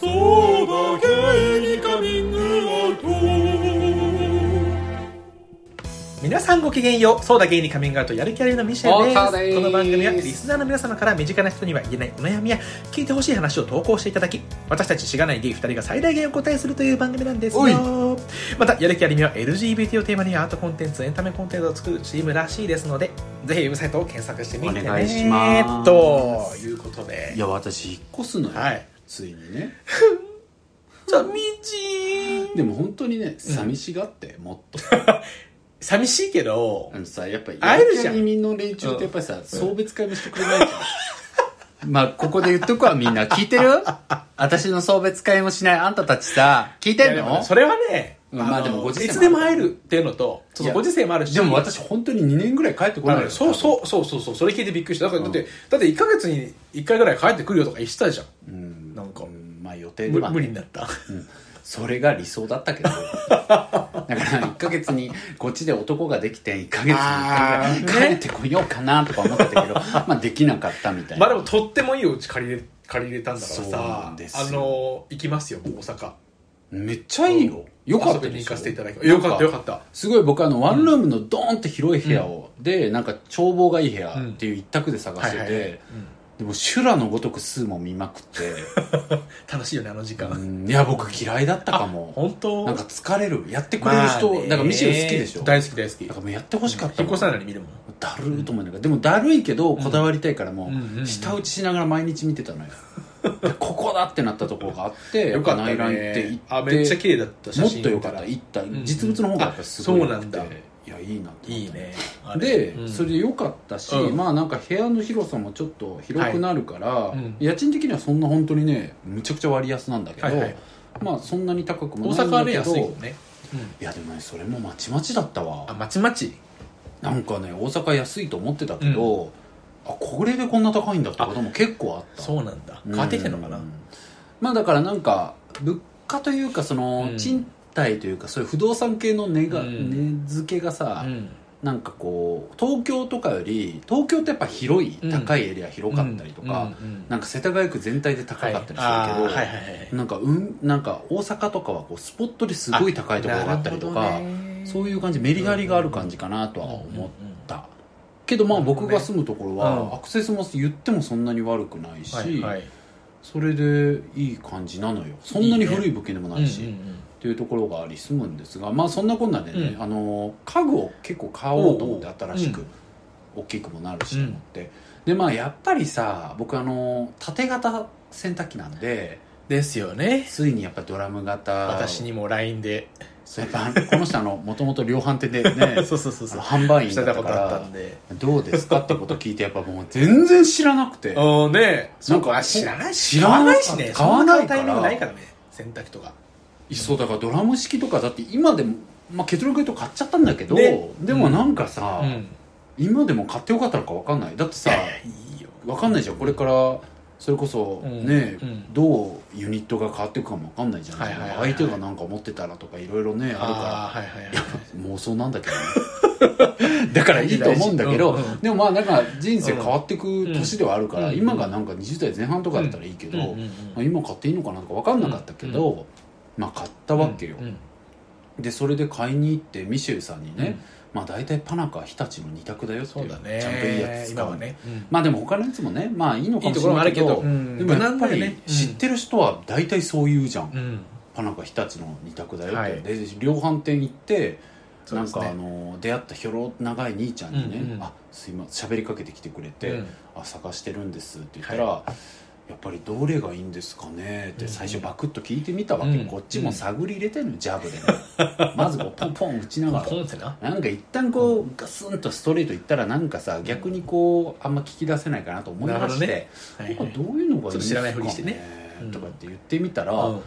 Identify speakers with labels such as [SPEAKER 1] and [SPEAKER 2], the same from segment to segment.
[SPEAKER 1] そうだゲイにカミングアウト
[SPEAKER 2] 皆さんごきげんようそうだゲイにカミングアウトやる気ありのミシェルで
[SPEAKER 3] そうだです
[SPEAKER 2] すこの番組はリスナーの皆様から身近な人には言えないお悩みや聞いてほしい話を投稿していただき私たちしがないゲイ2人が最大限お答えするという番組なんです
[SPEAKER 3] おい
[SPEAKER 2] よまたやる気ありみは LGBT をテーマにアートコンテンツエンタメコンテンツを作るチームらしいですのでぜひウェブサイトを検索してみてね
[SPEAKER 3] お願いします
[SPEAKER 2] ということで
[SPEAKER 3] いや私引っ越すのよ、
[SPEAKER 2] はい
[SPEAKER 3] ついにね
[SPEAKER 2] 寂しい
[SPEAKER 3] でも本当にね寂しがって、もっと
[SPEAKER 2] 寂しいけど
[SPEAKER 3] あのさやっぱり
[SPEAKER 2] 会えるじゃん
[SPEAKER 3] やる気ありみの連中ってやっぱりさ、送別会もしてくれないじゃん まあここで言っとくわみんな聞い てる私の送別会もしないあんたたちさ聞いて
[SPEAKER 2] い
[SPEAKER 3] ん
[SPEAKER 2] やで
[SPEAKER 3] の
[SPEAKER 2] もねそれはね、
[SPEAKER 3] うんまあ
[SPEAKER 2] の
[SPEAKER 3] でもご時世
[SPEAKER 2] いつでも会えるっていうのとそうそう
[SPEAKER 3] いや
[SPEAKER 2] ご時世もあるし
[SPEAKER 3] でも私本当に2年ぐらい帰ってこ
[SPEAKER 2] ま
[SPEAKER 3] な
[SPEAKER 2] あ
[SPEAKER 3] い
[SPEAKER 2] そう
[SPEAKER 3] う、
[SPEAKER 2] そうそうそうそうそれ聞いてびっくりしただからだ
[SPEAKER 3] う
[SPEAKER 2] っ
[SPEAKER 3] ん
[SPEAKER 2] て、だって1か月に1回ぐらい帰ってくるよとか言ってたじゃん
[SPEAKER 3] うん、
[SPEAKER 2] なんか
[SPEAKER 3] うんまあ予定で
[SPEAKER 2] 無
[SPEAKER 3] はね
[SPEAKER 2] 無理になった
[SPEAKER 3] うんそれが理想だ ったけどだから1ヶ月にこっちで男ができて1ヶ月に1回ぐらい帰ってこようかなとか思ってたけ ど、まあできなかったみたい
[SPEAKER 2] ま
[SPEAKER 3] な、
[SPEAKER 2] あでもとってもいいお家借りれ借りれたんだから
[SPEAKER 3] そうな
[SPEAKER 2] さ
[SPEAKER 3] んですよ
[SPEAKER 2] あの行きますよ大阪
[SPEAKER 3] めっちゃいいよ、よかった
[SPEAKER 2] 遊びに行かせていただき
[SPEAKER 3] よ
[SPEAKER 2] よかったよかった
[SPEAKER 3] すごい僕あのワンルームのドーンって広い部屋を、でなんか眺望がいい部屋っていう一択で探してて、
[SPEAKER 2] はいはいはい
[SPEAKER 3] でも修羅のごとく数も見まくって、
[SPEAKER 2] 楽しいよねあの時間、
[SPEAKER 3] うんいや僕嫌いだったかも
[SPEAKER 2] 本当
[SPEAKER 3] なんか疲れるやってくれる人、なんかミシェル好きでしょだ
[SPEAKER 2] 大好き大好き
[SPEAKER 3] からもうやってほしかった
[SPEAKER 2] 引っ
[SPEAKER 3] もん
[SPEAKER 2] 越さないのに見るもん
[SPEAKER 3] だるーと思いながらでもだるいけどこだわりたいからも
[SPEAKER 2] うんうんうんう
[SPEAKER 3] うん舌打ちしながら毎日見てた のよでここだってなったところがあって
[SPEAKER 2] よかった
[SPEAKER 3] 内覧行って行っ
[SPEAKER 2] ね
[SPEAKER 3] て
[SPEAKER 2] あめっちゃ綺麗だった写
[SPEAKER 3] も
[SPEAKER 2] 真
[SPEAKER 3] っとよかっ
[SPEAKER 2] 見
[SPEAKER 3] た
[SPEAKER 2] ら
[SPEAKER 3] 行った
[SPEAKER 2] んうん
[SPEAKER 3] 実物の方がやっぱすごい良くて
[SPEAKER 2] あそうなんだ
[SPEAKER 3] いやいいなと思
[SPEAKER 2] い
[SPEAKER 3] っ
[SPEAKER 2] い
[SPEAKER 3] た
[SPEAKER 2] ね
[SPEAKER 3] あれで、
[SPEAKER 2] うん
[SPEAKER 3] それで良かったし、
[SPEAKER 2] うん
[SPEAKER 3] まあなんか部屋の広さもちょっと広くなるから、
[SPEAKER 2] いうん
[SPEAKER 3] 家賃的にはそんな本当にねむちゃくちゃ割安なんだけど、
[SPEAKER 2] はいはい
[SPEAKER 3] まあそんなに高く
[SPEAKER 2] 大
[SPEAKER 3] もないん
[SPEAKER 2] 阪は
[SPEAKER 3] だ
[SPEAKER 2] ね
[SPEAKER 3] け
[SPEAKER 2] 安
[SPEAKER 3] ど
[SPEAKER 2] いよね、
[SPEAKER 3] いやでもねそれもまちまちだったわ
[SPEAKER 2] あまちまち
[SPEAKER 3] なんかね大阪安いと思ってたけど、あこれでこんな高いんだってことも結構あった
[SPEAKER 2] そうなんだ
[SPEAKER 3] うん
[SPEAKER 2] 変わってきてんのかな、
[SPEAKER 3] まあだからなんか物価というかその、
[SPEAKER 2] うん
[SPEAKER 3] 賃貸というかそういう不動産系の値が、
[SPEAKER 2] うん
[SPEAKER 3] 値付けがさ、
[SPEAKER 2] うん
[SPEAKER 3] なんかこう東京とかより東京ってやっぱ広い、
[SPEAKER 2] うん
[SPEAKER 3] 高いエリア広かったりとか、
[SPEAKER 2] うんうんうん
[SPEAKER 3] なんか世田谷区全体で高かったりするけど、
[SPEAKER 2] はいあーはいはいはい
[SPEAKER 3] なんかうんなんか大阪とかはこうスポットですごい高いところがあったりとか、そういう感じメリハリがある感じかなとは思ったけどまあ僕が住むところ
[SPEAKER 2] う
[SPEAKER 3] は
[SPEAKER 2] ん
[SPEAKER 3] アクセスも言ってもそんなに悪くないし、
[SPEAKER 2] はいはい
[SPEAKER 3] それでいい感じなのよそんなに古い物件でもないし
[SPEAKER 2] うんうん
[SPEAKER 3] っていうところがあり住むんですがまあそんなこんなでね、
[SPEAKER 2] うん
[SPEAKER 3] あの家具を結構買おうと思って
[SPEAKER 2] おうおう
[SPEAKER 3] 新しく、
[SPEAKER 2] うん
[SPEAKER 3] 大きくもなるしと思って、でまあやっぱりさ僕あの縦型洗濯機なんで
[SPEAKER 2] うんですよね
[SPEAKER 3] ついにやっぱドラム型
[SPEAKER 2] 私にも LINE で
[SPEAKER 3] そうやっぱこの人あのもともと量販店で ね
[SPEAKER 2] そうそうそ
[SPEAKER 3] あ
[SPEAKER 2] うそう
[SPEAKER 3] の販売
[SPEAKER 2] し
[SPEAKER 3] 員
[SPEAKER 2] て
[SPEAKER 3] だったた
[SPEAKER 2] こ
[SPEAKER 3] か
[SPEAKER 2] とあっ
[SPEAKER 3] ら
[SPEAKER 2] たんで
[SPEAKER 3] どうですかってこと聞いてやっぱもう全然知らなくて
[SPEAKER 2] ああね
[SPEAKER 3] な
[SPEAKER 2] なんん
[SPEAKER 3] か
[SPEAKER 2] かあ知らない
[SPEAKER 3] 知らない
[SPEAKER 2] しね
[SPEAKER 3] 買わないから
[SPEAKER 2] そん買うタイミングないからね洗濯機とか
[SPEAKER 3] そうだからドラム式とかだって今でも、まあ、結論言うと買っちゃったんだけど、
[SPEAKER 2] ね
[SPEAKER 3] でもなんかさ、
[SPEAKER 2] うん
[SPEAKER 3] 今でも買ってよかったのか分かんないだってさ
[SPEAKER 2] いいよ
[SPEAKER 3] 分かんないじゃんこれからそれこそ
[SPEAKER 2] うん
[SPEAKER 3] ね、
[SPEAKER 2] うん
[SPEAKER 3] どうユニットが変わっていくかも分かんないじゃん、
[SPEAKER 2] はいはいはいはい
[SPEAKER 3] 相手がなんか持ってたらとかいろいろねあるから
[SPEAKER 2] ああはいはいはい
[SPEAKER 3] 妄想なんだけどね だからいいと思うんだけど、
[SPEAKER 2] 大事うんうん
[SPEAKER 3] でもまあなんか人生変わっていく年ではあるから、
[SPEAKER 2] うん
[SPEAKER 3] 今がなんか20代前半とかだったらいいけど、
[SPEAKER 2] うんうんうん
[SPEAKER 3] まあ、今買っていいのかなとか分かんなかったけど、まあ買ったわけよ、
[SPEAKER 2] うんうん
[SPEAKER 3] でそれで買いに行ってミシェルさんにね、まあ大体パナカ日立の2択だよって
[SPEAKER 2] そ
[SPEAKER 3] いう
[SPEAKER 2] うだね
[SPEAKER 3] ちゃんといいやつ使
[SPEAKER 2] 今
[SPEAKER 3] う
[SPEAKER 2] はねうん
[SPEAKER 3] まあでも他のやつもねまあいいのか
[SPEAKER 2] いい
[SPEAKER 3] も
[SPEAKER 2] と
[SPEAKER 3] しれ
[SPEAKER 2] ころも
[SPEAKER 3] な
[SPEAKER 2] あ
[SPEAKER 3] い
[SPEAKER 2] る
[SPEAKER 3] け
[SPEAKER 2] け
[SPEAKER 3] ど
[SPEAKER 2] どうん
[SPEAKER 3] でもやっぱ
[SPEAKER 2] 無難だよ
[SPEAKER 3] り
[SPEAKER 2] ねうん
[SPEAKER 3] 知ってる人は大体そう言うじゃん、
[SPEAKER 2] うん
[SPEAKER 3] パナカ日立の2択だよって、
[SPEAKER 2] はい
[SPEAKER 3] で量販店行って
[SPEAKER 2] そう
[SPEAKER 3] な
[SPEAKER 2] で
[SPEAKER 3] ん
[SPEAKER 2] すね
[SPEAKER 3] かあの出会ったひょろ長い兄ちゃんにね「
[SPEAKER 2] うんうん
[SPEAKER 3] あすいません喋りかけてきてくれて、
[SPEAKER 2] うん
[SPEAKER 3] あ探してるんです」って言ったら、やっぱりどれがいいんですかね?」って最初バクッと聞いてみたわけよ、
[SPEAKER 2] うん
[SPEAKER 3] こっちも探り入れてんのジャブでね まずこうポンポン打ちながら
[SPEAKER 2] ポンってな
[SPEAKER 3] なんか一旦こうガスンとストレートいったらなんかさ逆にこうあんま聞き出せないかなと思いまして、
[SPEAKER 2] なるはい
[SPEAKER 3] な
[SPEAKER 2] は
[SPEAKER 3] ん
[SPEAKER 2] い
[SPEAKER 3] かどういうのがいいんです
[SPEAKER 2] ち
[SPEAKER 3] か
[SPEAKER 2] ょっと知
[SPEAKER 3] ら
[SPEAKER 2] ないふりしてねうん
[SPEAKER 3] とかって言ってみたら、
[SPEAKER 2] うん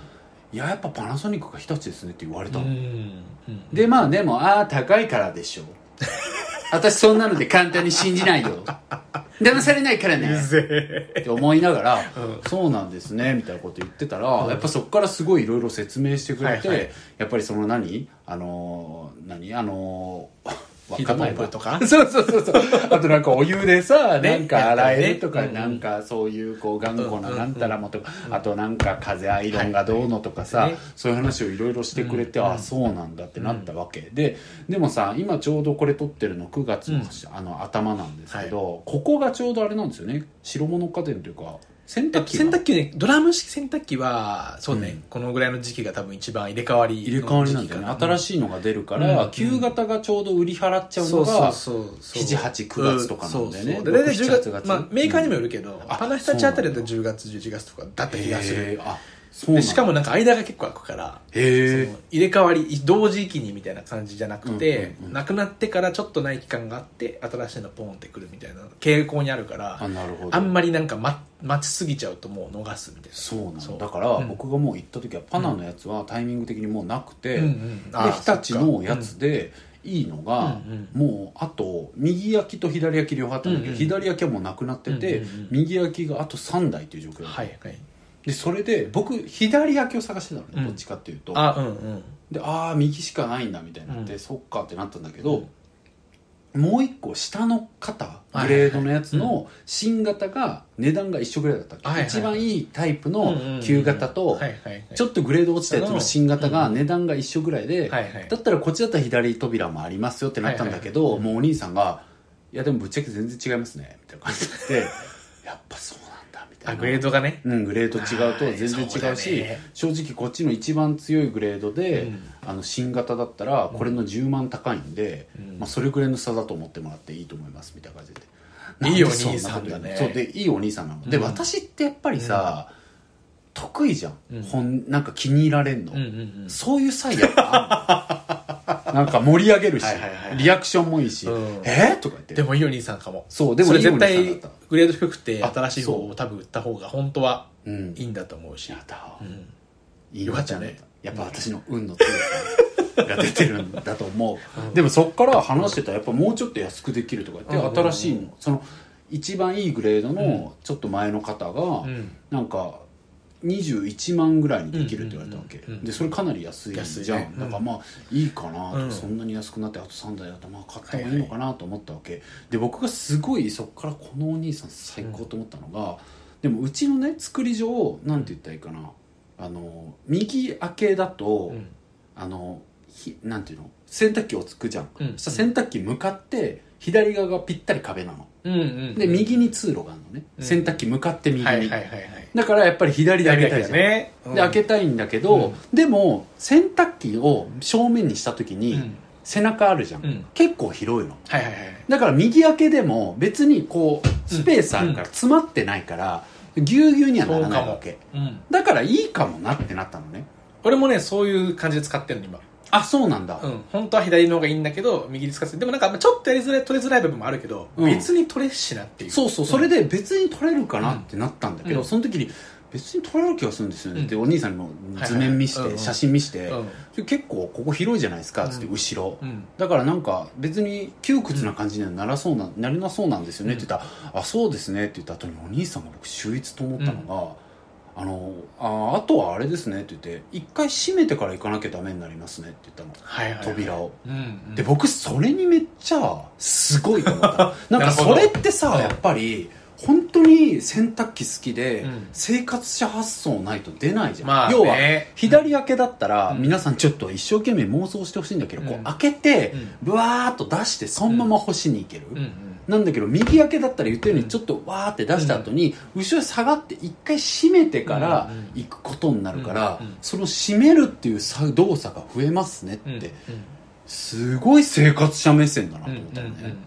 [SPEAKER 3] いややっぱパナソニックが日立ですねって言われた
[SPEAKER 2] う
[SPEAKER 3] の、
[SPEAKER 2] んうん
[SPEAKER 3] でまあでもああ高いからでしょ私そんなので簡単に信じないよ騙されないからねって思いながら、そうなんですねみたいなこと言ってたら、やっぱそこからすごいいろいろ説明してくれて、
[SPEAKER 2] はいはい
[SPEAKER 3] やっぱりその何あのー何あのーわ
[SPEAKER 2] ヒ
[SPEAKER 3] か
[SPEAKER 2] ート
[SPEAKER 3] ん
[SPEAKER 2] ポ
[SPEAKER 3] ない
[SPEAKER 2] ンプ
[SPEAKER 3] わ
[SPEAKER 2] とか
[SPEAKER 3] そうそうそうそうあとなんかお湯でさ、
[SPEAKER 2] ね
[SPEAKER 3] なんか洗えるとか、
[SPEAKER 2] やったりね
[SPEAKER 3] なんかそういうこう頑固な
[SPEAKER 2] うん
[SPEAKER 3] なんたらもとか、あとなんか風アイロンがどうのとかさ、
[SPEAKER 2] はいはい
[SPEAKER 3] そういう話をいろいろしてくれて、
[SPEAKER 2] うん
[SPEAKER 3] あそうなんだってなったわけ、ででもさ今ちょうどこれ撮ってるの9月の,、あの頭なんですけど、ここがちょうどあれなんですよね白物家電というか洗
[SPEAKER 2] えっ
[SPEAKER 3] 濯
[SPEAKER 2] と
[SPEAKER 3] 機
[SPEAKER 2] 洗
[SPEAKER 3] が
[SPEAKER 2] 濯機ねドラム式洗濯機はそうね、
[SPEAKER 3] うん
[SPEAKER 2] このぐらいの時期が多分一番入れ替わり
[SPEAKER 3] 入れ替わりなんだよね新
[SPEAKER 2] し
[SPEAKER 3] しいのが出るから、
[SPEAKER 2] うん
[SPEAKER 3] 旧型がちょうど売り払っちゃうのが、
[SPEAKER 2] そうそう
[SPEAKER 3] 7 8 9月とかなんだよね
[SPEAKER 2] そうそうで大体
[SPEAKER 3] 6
[SPEAKER 2] 10
[SPEAKER 3] 7
[SPEAKER 2] 月
[SPEAKER 3] 月
[SPEAKER 2] まあメーカーにもよるけど
[SPEAKER 3] あ
[SPEAKER 2] 他の人たちあたりだと10月11月とかだった気がす
[SPEAKER 3] へ
[SPEAKER 2] る
[SPEAKER 3] ーあそう
[SPEAKER 2] で
[SPEAKER 3] なん
[SPEAKER 2] しかもなんか間が結構空くからそ
[SPEAKER 3] へえ
[SPEAKER 2] の入れ替わり同時期にみたいな感じじゃなくて、
[SPEAKER 3] うんうんうん
[SPEAKER 2] なくなってからちょっとない期間があって新しいのポンってくるみたいな傾向にあるから
[SPEAKER 3] あなるほど
[SPEAKER 2] あんまりなんか、ま、待ちすぎちゃうともう逃すみたいな
[SPEAKER 3] そうなんだ
[SPEAKER 2] そう
[SPEAKER 3] だから、
[SPEAKER 2] うん
[SPEAKER 3] 僕がもう行った時はパナのやつはタイミング的にもうなくて、
[SPEAKER 2] うんう
[SPEAKER 3] で
[SPEAKER 2] んあー
[SPEAKER 3] 日立のやつでいいのが、
[SPEAKER 2] うん
[SPEAKER 3] もうあと右焼きと左焼き両方あったんだけど、
[SPEAKER 2] うんうん
[SPEAKER 3] 左焼きはもうなくなってて、
[SPEAKER 2] うんうんうん
[SPEAKER 3] 右焼きがあと3台という状況
[SPEAKER 2] そ
[SPEAKER 3] だっ
[SPEAKER 2] っ
[SPEAKER 3] た
[SPEAKER 2] かはいはい
[SPEAKER 3] でそれで僕左焼きを探してたのね、
[SPEAKER 2] うん
[SPEAKER 3] どっちかっていうと
[SPEAKER 2] あうんうん
[SPEAKER 3] でああ右しかないんだみたいになって、
[SPEAKER 2] うん
[SPEAKER 3] そっかってなったんだけど、もう一個下の型
[SPEAKER 2] はい
[SPEAKER 3] グレードのやつの新型が値段が一緒ぐらいだったっけ、
[SPEAKER 2] はいはい
[SPEAKER 3] 一番いいタイプ
[SPEAKER 2] うんうんう
[SPEAKER 3] の
[SPEAKER 2] ん
[SPEAKER 3] 旧型と
[SPEAKER 2] はいはいはい
[SPEAKER 3] ちょっとグレード落ちたやつの新型が
[SPEAKER 2] うん
[SPEAKER 3] 値段が一緒ぐらいで、
[SPEAKER 2] はいはい
[SPEAKER 3] だったらこっちだったら左扉もありますよってなったんだけど、もうお兄さんが「いやでもぶっちゃけ全然違いますね」みたいな感じでやっぱそうなんだみたい
[SPEAKER 2] あ
[SPEAKER 3] な
[SPEAKER 2] グレードがね
[SPEAKER 3] うん、グレード違うと全然
[SPEAKER 2] そうだ
[SPEAKER 3] 違う
[SPEAKER 2] ね
[SPEAKER 3] し正直こっちの一番強いグレードで、
[SPEAKER 2] うん
[SPEAKER 3] あの新型だったらこれの10万高いんで、
[SPEAKER 2] うん
[SPEAKER 3] まあ、それぐらいの差だと思ってもらっていいと思いますみたいな感じで。
[SPEAKER 2] いいお
[SPEAKER 3] なんでそな
[SPEAKER 2] 兄さんだね
[SPEAKER 3] そうでいいお兄さんなので、
[SPEAKER 2] うん
[SPEAKER 3] 私ってやっぱりさ、得意じゃん、
[SPEAKER 2] うん
[SPEAKER 3] 本なんか気に入られんの、
[SPEAKER 2] うんうん
[SPEAKER 3] そういう際やっぱあんの なんか盛り上げるし、
[SPEAKER 2] はいはいはい
[SPEAKER 3] リアクションもいいし「
[SPEAKER 2] うん
[SPEAKER 3] えーとか言って
[SPEAKER 2] うんでもいいお兄さんかも
[SPEAKER 3] そうでも
[SPEAKER 2] それ
[SPEAKER 3] いいお
[SPEAKER 2] 絶
[SPEAKER 3] 兄さんだ
[SPEAKER 2] 対
[SPEAKER 3] った
[SPEAKER 2] グレード低くて
[SPEAKER 3] あ
[SPEAKER 2] 新しい方
[SPEAKER 3] そ
[SPEAKER 2] を多分売った方が本当は
[SPEAKER 3] うん
[SPEAKER 2] いいんだと思うし
[SPEAKER 3] やだ、
[SPEAKER 2] うん
[SPEAKER 3] いい
[SPEAKER 2] よ
[SPEAKER 3] よ
[SPEAKER 2] か
[SPEAKER 3] か
[SPEAKER 2] っ
[SPEAKER 3] ったた
[SPEAKER 2] ね
[SPEAKER 3] ねやっぱ私の運の強さが出てるんだと思う、でもそっから話してたらやっぱもうちょっと安くできるとか言って、
[SPEAKER 2] うん
[SPEAKER 3] 新しいのその一番いいグレードのちょっと前の方が、
[SPEAKER 2] うん
[SPEAKER 3] なんか21万ぐらいにできるって言われたわけ、
[SPEAKER 2] うんうんうん
[SPEAKER 3] でそれかなり安いじゃん、
[SPEAKER 2] 安いねうん
[SPEAKER 3] なんかまあいいかなと、
[SPEAKER 2] うん
[SPEAKER 3] そんなに安くなってあと3台だとまあ買った方がいいのかなと思ったわけ、で僕がすごいそこからこのお兄さん最高と思ったのが、でもうちのね作り上なんて言ったらいいかなあの右開けだと、
[SPEAKER 2] うん
[SPEAKER 3] あのひなんていうの洗濯機をつくじゃん、
[SPEAKER 2] うん
[SPEAKER 3] そしたら洗濯機向かって左側がぴったり壁なの
[SPEAKER 2] うんうん
[SPEAKER 3] で右に通路があるのね、
[SPEAKER 2] うん
[SPEAKER 3] 洗濯機向かって右に、
[SPEAKER 2] はいはいはいはい
[SPEAKER 3] だからやっぱり左で開けたいじゃん、
[SPEAKER 2] ね
[SPEAKER 3] で開けたいんだけど、でも洗濯機を正面にした時
[SPEAKER 2] う
[SPEAKER 3] に
[SPEAKER 2] ん
[SPEAKER 3] 背中あるじゃん、
[SPEAKER 2] うん
[SPEAKER 3] 結構広いの
[SPEAKER 2] はいはいはい
[SPEAKER 3] だから右開けでも別にこうスペースあるから詰まってないからぎゅうぎゅうにはならないわけ
[SPEAKER 2] うん
[SPEAKER 3] だからいいかもなってなったのね
[SPEAKER 2] 俺もねそういう感じで使ってるの今
[SPEAKER 3] あそうなんだ、
[SPEAKER 2] うん本当は左の方がいいんだけど右に使ってでもなんかちょっとやりづらい取りづらい部分もあるけど
[SPEAKER 3] うん
[SPEAKER 2] 別に取れっしなっていう
[SPEAKER 3] そうそうそれで別に取れるかなってなったんだけど、
[SPEAKER 2] うん
[SPEAKER 3] その時に別に取れる気がするんですよね、
[SPEAKER 2] うん
[SPEAKER 3] でお兄さんにも
[SPEAKER 2] はい
[SPEAKER 3] 図面見して、
[SPEAKER 2] うんうん
[SPEAKER 3] 写真見して、
[SPEAKER 2] うん
[SPEAKER 3] 結構ここ広いじゃないですかつって後ろ、
[SPEAKER 2] うん
[SPEAKER 3] だからなんか別に窮屈な感じにはならそうな、なれなそうなんですよねって言ったら「あそうですね」って言った後にお兄さんが僕秀逸と思ったのが「あのああとはあれですね」って言って「一回閉めてから行かなきゃダメになりますね」って言ったの、
[SPEAKER 2] はいはいはい
[SPEAKER 3] 扉を。
[SPEAKER 2] うんうん
[SPEAKER 3] で僕それにめっちゃすごいと思 ったなん
[SPEAKER 2] なる
[SPEAKER 3] か
[SPEAKER 2] ほど
[SPEAKER 3] それってさ
[SPEAKER 2] うん
[SPEAKER 3] やっぱり本当に洗濯機好きで、
[SPEAKER 2] うん
[SPEAKER 3] 生活者発想ないと出ないじゃん、
[SPEAKER 2] まあね
[SPEAKER 3] 要は左開けだったら、
[SPEAKER 2] うん
[SPEAKER 3] 皆さんちょっと一生懸命妄想してほしいんだけど、
[SPEAKER 2] うん
[SPEAKER 3] こう開けて
[SPEAKER 2] うん
[SPEAKER 3] ブワーっと出してそのまま干しに行ける、
[SPEAKER 2] うんうん
[SPEAKER 3] なんだけど右開けだったら言ったように
[SPEAKER 2] うん
[SPEAKER 3] ちょっとわーって出した後に後ろに下がって一回閉めてから
[SPEAKER 2] うんうん
[SPEAKER 3] 行くことになるから
[SPEAKER 2] うんうん
[SPEAKER 3] その閉めるっていう作動作が増えますね
[SPEAKER 2] うん
[SPEAKER 3] って
[SPEAKER 2] うん
[SPEAKER 3] すごい生活者目線だなと思ったよね、
[SPEAKER 2] うんうんうん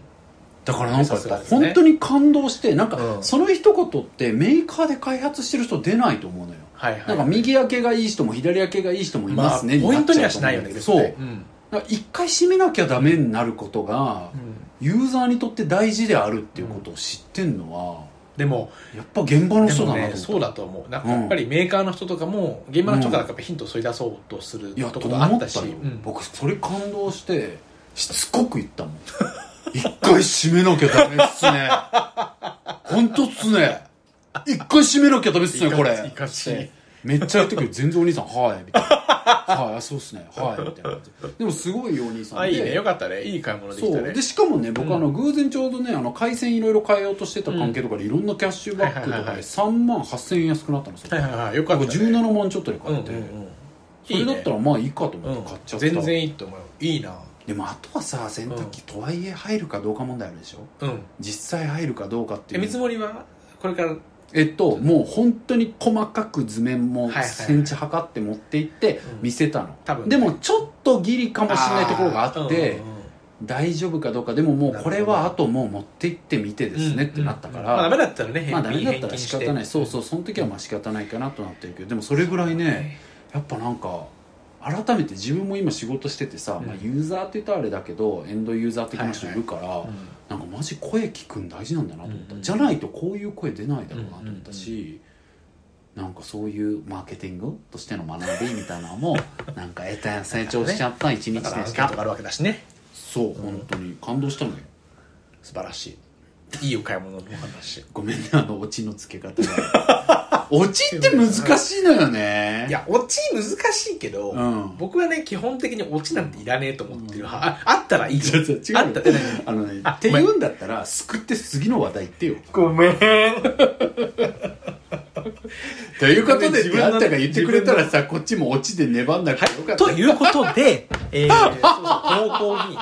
[SPEAKER 3] だからなんかやっ
[SPEAKER 2] さす
[SPEAKER 3] ぱ
[SPEAKER 2] がですね
[SPEAKER 3] 本当に感動してなん
[SPEAKER 2] う
[SPEAKER 3] か
[SPEAKER 2] ん
[SPEAKER 3] その一言ってメーカーで開発してる人出ないと思うのよ
[SPEAKER 2] はいはい
[SPEAKER 3] なんか右開けがいい人も左開けがいい人もいますね、
[SPEAKER 2] ポイントにはしない
[SPEAKER 3] っ
[SPEAKER 2] よ
[SPEAKER 3] ちゃ
[SPEAKER 2] ね
[SPEAKER 3] うと
[SPEAKER 2] 別
[SPEAKER 3] 思
[SPEAKER 2] に
[SPEAKER 3] うんだ
[SPEAKER 2] ね
[SPEAKER 3] けどそうなんか一回閉めなきゃダメになることが
[SPEAKER 2] うん
[SPEAKER 3] ユーザーにとって大事であるっていうことを知ってんのは
[SPEAKER 2] でも
[SPEAKER 3] やっぱ現場の
[SPEAKER 2] で
[SPEAKER 3] 人
[SPEAKER 2] も
[SPEAKER 3] だなと思っ
[SPEAKER 2] ね
[SPEAKER 3] た
[SPEAKER 2] そうだと思うなんかやっぱりメーカーの人とかも現場の人からやっぱヒントを取り出そうとする
[SPEAKER 3] いや
[SPEAKER 2] と
[SPEAKER 3] と
[SPEAKER 2] こ
[SPEAKER 3] 思
[SPEAKER 2] ろあっ
[SPEAKER 3] ったた
[SPEAKER 2] し
[SPEAKER 3] し、
[SPEAKER 2] うん
[SPEAKER 3] 僕それ感動してしつこく言ったもん一回閉めなきゃダメっすね本当っすね一回閉めなきゃダメっすねこれ
[SPEAKER 2] いかつい
[SPEAKER 3] めっちゃやってくる全然お兄さん「はい」みたいなはいあそうっすねはいみたいな感じでもすごいお兄さん
[SPEAKER 2] あ
[SPEAKER 3] で
[SPEAKER 2] いいねよかったねいい買い物でき
[SPEAKER 3] そ
[SPEAKER 2] た
[SPEAKER 3] う
[SPEAKER 2] ね
[SPEAKER 3] でしかもね僕、あの偶然ちょうどねあの回線いろいろ変えようとしてた関係とかで、いろんなキャッシュバックと
[SPEAKER 2] はいはい
[SPEAKER 3] か
[SPEAKER 2] はい
[SPEAKER 3] で3万8000円安くなったんですよ、
[SPEAKER 2] はいはいはいよかった、ね、
[SPEAKER 3] 17万ちょっとで買って、
[SPEAKER 2] うんうんうん
[SPEAKER 3] それだったらまあいいかと思って買っちゃった、
[SPEAKER 2] うん全然いいと思うよいいな
[SPEAKER 3] でもあとはさ洗濯機とはいえ入るかどうか問題あるでしょ
[SPEAKER 2] うん
[SPEAKER 3] 実際入るかどうかって
[SPEAKER 2] え
[SPEAKER 3] いう
[SPEAKER 2] 見積もりはこれから
[SPEAKER 3] えっともう本当に細かく図面も
[SPEAKER 2] はいはいはい
[SPEAKER 3] センチ測って持って行って
[SPEAKER 2] うん
[SPEAKER 3] 見せたの、
[SPEAKER 2] 多分
[SPEAKER 3] で
[SPEAKER 2] ね
[SPEAKER 3] もちょっとギリかもしれないところがあって
[SPEAKER 2] うんうんうん
[SPEAKER 3] 大丈夫かどうかでももうこれは
[SPEAKER 2] な
[SPEAKER 3] あともう持って行ってみてですねってなったから、
[SPEAKER 2] まあ、ダメだったらね返
[SPEAKER 3] まあダメだった
[SPEAKER 2] 返
[SPEAKER 3] ら
[SPEAKER 2] 金
[SPEAKER 3] 仕
[SPEAKER 2] して
[SPEAKER 3] 方ないそうそうその時はまあ仕方ないかなとなってるけどでもそれぐらいねやっぱなんか改めて自分も今仕事しててさ、
[SPEAKER 2] うん
[SPEAKER 3] まあ、ユーザーって言ったらあれだけどエンドユーザー的な人いるから、
[SPEAKER 2] うん
[SPEAKER 3] なんかマジ声聞くん大事なんだなと思った、
[SPEAKER 2] うんうん
[SPEAKER 3] じゃないとこういう声出ないだろうなと思ったし、なんかそういうマーケティングとしての学びみたいなのもなんか得た成長しちゃった一日
[SPEAKER 2] だから
[SPEAKER 3] で
[SPEAKER 2] アン
[SPEAKER 3] し
[SPEAKER 2] ケートが
[SPEAKER 3] た
[SPEAKER 2] あるわけだしね
[SPEAKER 3] そう本当に感動したのよ
[SPEAKER 2] 素晴らしいいいお買い物の話い
[SPEAKER 3] ごめんねあのオチのつけ方が オチって難しいのよね
[SPEAKER 2] やオチ難しいけど、
[SPEAKER 3] うん
[SPEAKER 2] 僕はね基本的にオチなんていらねえと思ってる、ああったらいいよ
[SPEAKER 3] ちょっと違うよ
[SPEAKER 2] あったら
[SPEAKER 3] あのね
[SPEAKER 2] あ
[SPEAKER 3] って言うんだったら救って次の話題行 ってよ
[SPEAKER 2] ごめん
[SPEAKER 3] ということで
[SPEAKER 2] 自分の
[SPEAKER 3] あんたが言ってくれたらさこっちもオチで粘んなくてよかった
[SPEAKER 2] ということで、えー、そうそう投稿に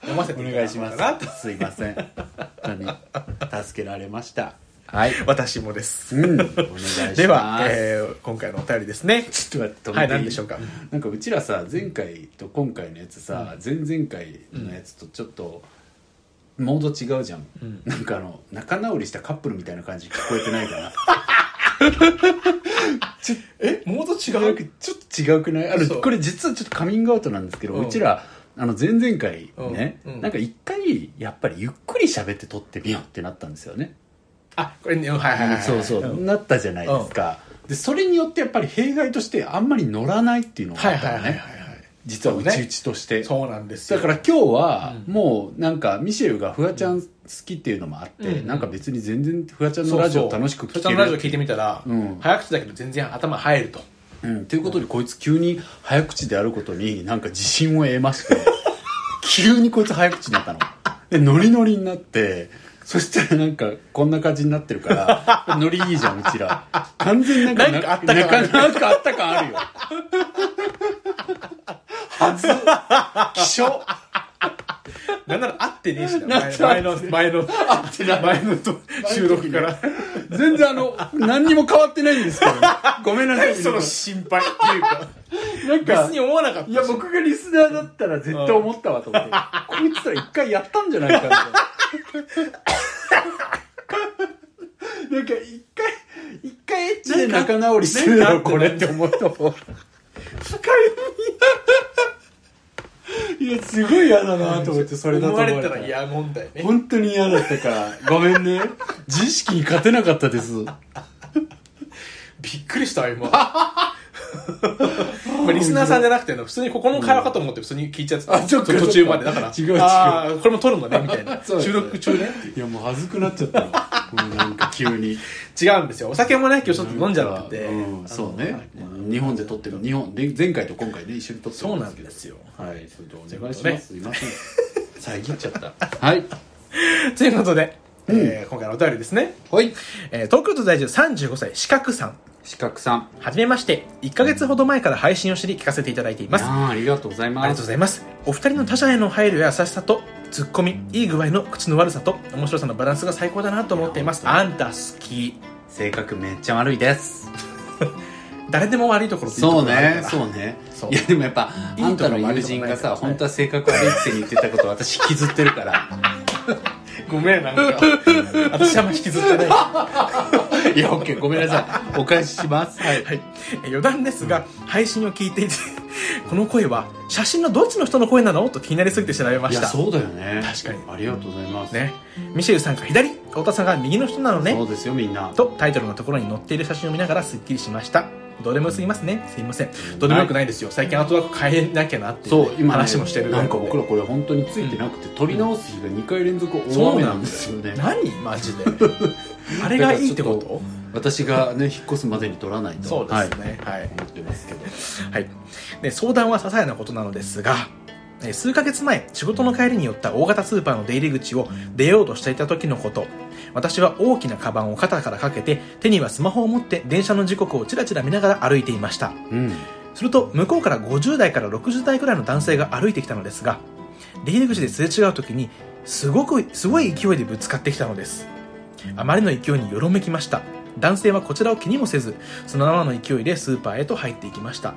[SPEAKER 2] 読ませて
[SPEAKER 3] お
[SPEAKER 2] い
[SPEAKER 3] 願
[SPEAKER 2] ただ
[SPEAKER 3] いし
[SPEAKER 2] こう
[SPEAKER 3] ま
[SPEAKER 2] かなと
[SPEAKER 3] す。すいません。本当に助けられました。はい。
[SPEAKER 2] 私もです、
[SPEAKER 3] うん。お願いします。
[SPEAKER 2] では、えー今回のお便りですね
[SPEAKER 3] ちょっと待って、止
[SPEAKER 2] はい
[SPEAKER 3] めて
[SPEAKER 2] 何でしょうか。
[SPEAKER 3] なんかうちらさ、前回と今回のやつさ、前々回のやつとちょっと。モード違うじゃん,、なんかあの仲直りしたカップルみたいな感じ聞こえてないか な
[SPEAKER 2] えモー
[SPEAKER 3] なんかちょっと違うくないあの
[SPEAKER 2] そう
[SPEAKER 3] これ実はちょっとカミングアウトなんですけど、
[SPEAKER 2] う
[SPEAKER 3] うんちらあの前々回ね、
[SPEAKER 2] うんうん
[SPEAKER 3] なんか一回やっぱりゆっくり喋って撮ってみようってなったんですよね
[SPEAKER 2] あこれねうんはいはいはい、はい、
[SPEAKER 3] そうそう、
[SPEAKER 2] ん
[SPEAKER 3] なったじゃないですか、でそれによってやっぱり弊害としてあんまり乗らないっていうのが
[SPEAKER 2] は
[SPEAKER 3] あ
[SPEAKER 2] い
[SPEAKER 3] った
[SPEAKER 2] はい
[SPEAKER 3] のね、
[SPEAKER 2] はいはいはい
[SPEAKER 3] 実は
[SPEAKER 2] そううね
[SPEAKER 3] ちうちとして、
[SPEAKER 2] そうなんです
[SPEAKER 3] だ
[SPEAKER 2] よ
[SPEAKER 3] から今日はもうなんかミシェルがフワちゃん好きっていうのもあって、
[SPEAKER 2] うん
[SPEAKER 3] なんか別に全然フワちゃんのラジオ楽しく聞
[SPEAKER 2] そ
[SPEAKER 3] け
[SPEAKER 2] うそうそちらのラジオ
[SPEAKER 3] る
[SPEAKER 2] 聞いてみたら、
[SPEAKER 3] うん
[SPEAKER 2] 早口だけど全然頭入ると
[SPEAKER 3] うんということでこいつ急に早口であることになんか自信を得ま して急にこいつ早口になったのでノリノリになってそしたらなんかこんな感じになってるから ノリいいじゃんうちら完全になんか
[SPEAKER 2] なんかあったかある
[SPEAKER 3] ななんかあった感あ るよはず気象
[SPEAKER 2] なんなら会ってねえし な
[SPEAKER 3] なんか
[SPEAKER 2] 前の前の前の前のと 収録から
[SPEAKER 3] 全然あの何にも変わってないんですけ どごめんなさい
[SPEAKER 2] その心配っていうか
[SPEAKER 3] なんか
[SPEAKER 2] 別に思わなかった
[SPEAKER 3] いや、僕がリスナーだったら絶対思ったわと思って。 こいつら一回やったんじゃない かみたいな。なんか一回、一回エッチで仲直りしてるだろ、これって思ったもん。 いや、すごい嫌だなと思って、それだと
[SPEAKER 2] 思
[SPEAKER 3] 思わ
[SPEAKER 2] われ
[SPEAKER 3] れ
[SPEAKER 2] た
[SPEAKER 3] た
[SPEAKER 2] ら嫌問題ね
[SPEAKER 3] 本当に嫌だったから、ごめんね。自意識に勝てなかったです。
[SPEAKER 2] びっくりした今 まあリスナーさんじゃなくてね普通にここの会話かと思って普通に聞いちゃってた、
[SPEAKER 3] あそっか
[SPEAKER 2] 途中までだから
[SPEAKER 3] 違う違う
[SPEAKER 2] あーこれも撮るのねみたいな
[SPEAKER 3] そうです
[SPEAKER 2] 収録中ね
[SPEAKER 3] いや、もう恥ずくなっちゃったの。もうなんか急に。
[SPEAKER 2] 違うんですよお酒もね今日ちょっと飲んじゃってて、
[SPEAKER 3] うん、そう
[SPEAKER 2] あの
[SPEAKER 3] ね日本で撮ってる日本で前回と今回で一緒に撮ってる
[SPEAKER 2] そうなんですよ
[SPEAKER 3] はいそれでお
[SPEAKER 2] と
[SPEAKER 3] 願
[SPEAKER 2] い
[SPEAKER 3] い
[SPEAKER 2] う
[SPEAKER 3] し
[SPEAKER 2] ことで
[SPEAKER 3] ますすいません遮っちゃったはい
[SPEAKER 2] ということで、えー今回のお便りですね、
[SPEAKER 3] はい
[SPEAKER 2] えー東京都在住35歳四角さん
[SPEAKER 3] 四角さん
[SPEAKER 2] はじめまして1ヶ月ほど前から配信を知り聞かせていただいています
[SPEAKER 3] あ
[SPEAKER 2] あ
[SPEAKER 3] ーありがとうござい
[SPEAKER 2] りが
[SPEAKER 3] ま
[SPEAKER 2] とうご
[SPEAKER 3] す
[SPEAKER 2] ざいますお二人の他者への配慮や優しさとツッコミいい具合の口の悪さと面白さのバランスが最高だなと思っていますあんた好き
[SPEAKER 3] 性格めっちゃ悪いです
[SPEAKER 2] 誰でも悪いところっていいとこ
[SPEAKER 3] そ
[SPEAKER 2] ろ
[SPEAKER 3] う
[SPEAKER 2] があるか
[SPEAKER 3] ね
[SPEAKER 2] ら
[SPEAKER 3] そうね
[SPEAKER 2] そう
[SPEAKER 3] いやでもやっぱ
[SPEAKER 2] いい
[SPEAKER 3] あん
[SPEAKER 2] とこ
[SPEAKER 3] た
[SPEAKER 2] ろ
[SPEAKER 3] の
[SPEAKER 2] も悪
[SPEAKER 3] 友
[SPEAKER 2] いとこ
[SPEAKER 3] 人が
[SPEAKER 2] ろもな
[SPEAKER 3] さ
[SPEAKER 2] いから
[SPEAKER 3] 本当は性格悪いくせに言ってたこと私引きずってるから
[SPEAKER 2] ごめんなんか私はあんま引きずって ない
[SPEAKER 3] いや OK ごめんなさ いお返ししますはい
[SPEAKER 2] はい、え余談ですが、配信を聞いてい てこの声は写真のどっちの人の声なのと気になりすぎて調べま
[SPEAKER 3] い
[SPEAKER 2] し
[SPEAKER 3] や
[SPEAKER 2] た
[SPEAKER 3] そうだよね
[SPEAKER 2] 確かに
[SPEAKER 3] ありがとうございます
[SPEAKER 2] ね、ミシェルさんが左太田さんが右の人なの
[SPEAKER 3] そ
[SPEAKER 2] ね
[SPEAKER 3] うですよみんな
[SPEAKER 2] とタイトルのところに載っている写真を見ながらすっきりしましたどうでもよすぎますねすいませんどうでもよくないですよ最近アートワーク変えなきゃなってい
[SPEAKER 3] そう
[SPEAKER 2] う、
[SPEAKER 3] 今、ね、
[SPEAKER 2] 話もしてる
[SPEAKER 3] なんか僕らこれ本当についてなくて、撮り直す日が2回連続大
[SPEAKER 2] そう
[SPEAKER 3] 雨
[SPEAKER 2] な
[SPEAKER 3] なん
[SPEAKER 2] ん
[SPEAKER 3] で
[SPEAKER 2] ですす
[SPEAKER 3] よ
[SPEAKER 2] よ
[SPEAKER 3] ね
[SPEAKER 2] ね何マジであれがいいってこと
[SPEAKER 3] 私がね引っ越すまでに取らないと
[SPEAKER 2] そうですね
[SPEAKER 3] はい
[SPEAKER 2] はい
[SPEAKER 3] 思ってますけど
[SPEAKER 2] はい、で相談は些細なことなのですがえー数ヶ月前仕事の帰りに寄った大型スーパーの出入り口を出ようとしていた時のこと私は大きなカバンを肩からかけて手にはスマホを持って電車の時刻をちらちら見ながら歩いていました
[SPEAKER 3] うん
[SPEAKER 2] すると向こうから50代から60代くらいの男性が歩いてきたのですが出入り口ですれ違う時にすごくすごい勢いでぶつかってきたのですあまりの勢いによろめきました男性はこちらを気にもせずそのままの勢いでスーパーへと入っていきました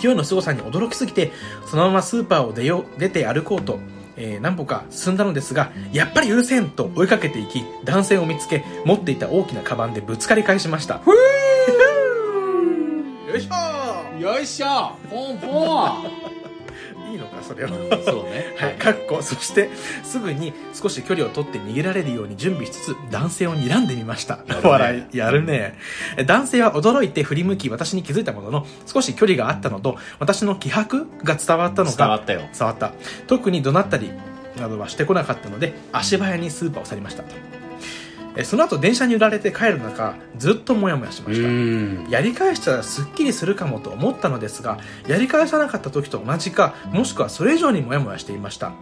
[SPEAKER 2] 勢いの凄さに驚きすぎてそのままスーパーを出よう出て歩こうと、えー何歩か進んだのですがやっぱり許せんと追いかけていき男性を見つけ持っていた大きなカバンでぶつかり返しましたよいしょ
[SPEAKER 3] よいしょポンポン
[SPEAKER 2] いいのかそれは
[SPEAKER 3] そうね
[SPEAKER 2] はい、かっこそしてすぐに少し距離を取って逃げられるように準備しつつ男性を睨んでみました
[SPEAKER 3] やるね
[SPEAKER 2] 笑いやるね男性は驚いて振り向き私に気づいたものの少し距離があったのと私の気迫が伝わったの
[SPEAKER 3] 伝わ
[SPEAKER 2] か
[SPEAKER 3] ったよ
[SPEAKER 2] 伝わった特に怒鳴ったりなどはしてこなかったので足早にスーパーを去りましたえその後電車に揺られて帰る中ずっとモヤモヤしました
[SPEAKER 3] ん
[SPEAKER 2] やり返したらすっきりするかもと思ったのですがやり返さなかった時と同じかもしくはそれ以上にモヤモヤしていました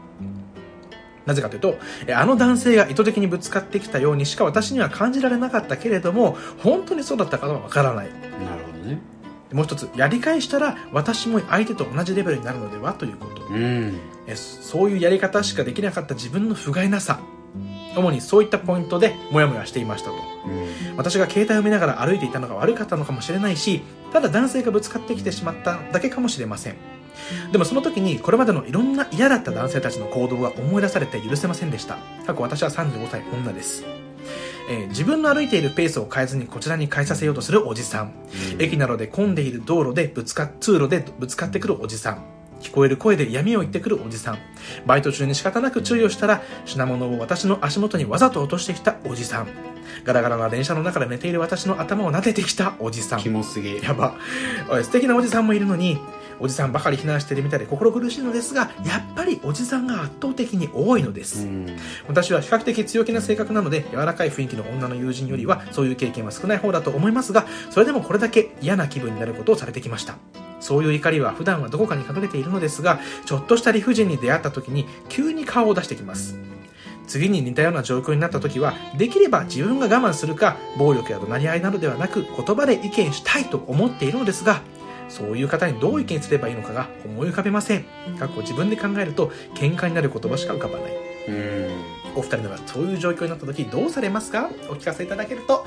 [SPEAKER 2] なぜかというとえあの男性が意図的にぶつかってきたようにしか私には感じられなかったけれども本当にそうだったかはわからない
[SPEAKER 3] なるほどね
[SPEAKER 2] もう一つやり返したら私も相手と同じレベルになるのではということ
[SPEAKER 3] うん
[SPEAKER 2] えそういうやり方しかできなかった自分の不甲斐なさ主にそういったポイントでモヤモヤしていましたと私が携帯を見ながら歩いていたのが悪かったのかもしれないしただ男性がぶつかってきてしまっただけかもしれませんでもその時にこれまでのいろんな嫌だった男性たちの行動が思い出されて許せませんでした過去私は35歳女です、えー自分の歩いているペースを変えずにこちらに変えさせようとするおじさん駅などで混んでいる道路でぶつか通路でぶつかってくるおじさん聞こえる声で闇を言ってくるおじさんバイト中に仕方なく注意をしたら品物を私の足元にわざと落としてきたおじさんガラガラな電車の中で寝ている私の頭を撫でてきたおじさん
[SPEAKER 3] キモすぎ
[SPEAKER 2] やばおい素敵なおじさんもいるのにおじさんばかり避難しているみたいで心苦しいのですがやっぱりおじさんが圧倒的に多いので
[SPEAKER 3] う
[SPEAKER 2] す、
[SPEAKER 3] ん
[SPEAKER 2] 私は比較的強気な性格なので柔らかい雰囲気の女の友人よりはそういう経験は少ない方だと思いますがそれでもこれだけ嫌な気分になることをされてきましたそういう怒りは普段はどこかに隠れているのですがちょっとした理不尽に出会った時に急に顔を出してきます次に似たような状況になった時はできれば自分が我慢するか暴力や怒鳴り合いなどではなく言葉で意見したいと思っているのですがそういう方にどう意見すればいいのかが思い浮かべませんかっこ自分で考えると喧嘩になる言葉しか浮かばない
[SPEAKER 3] うん
[SPEAKER 2] お二人ならそういう状況になった時どうされますかお聞かせいただけると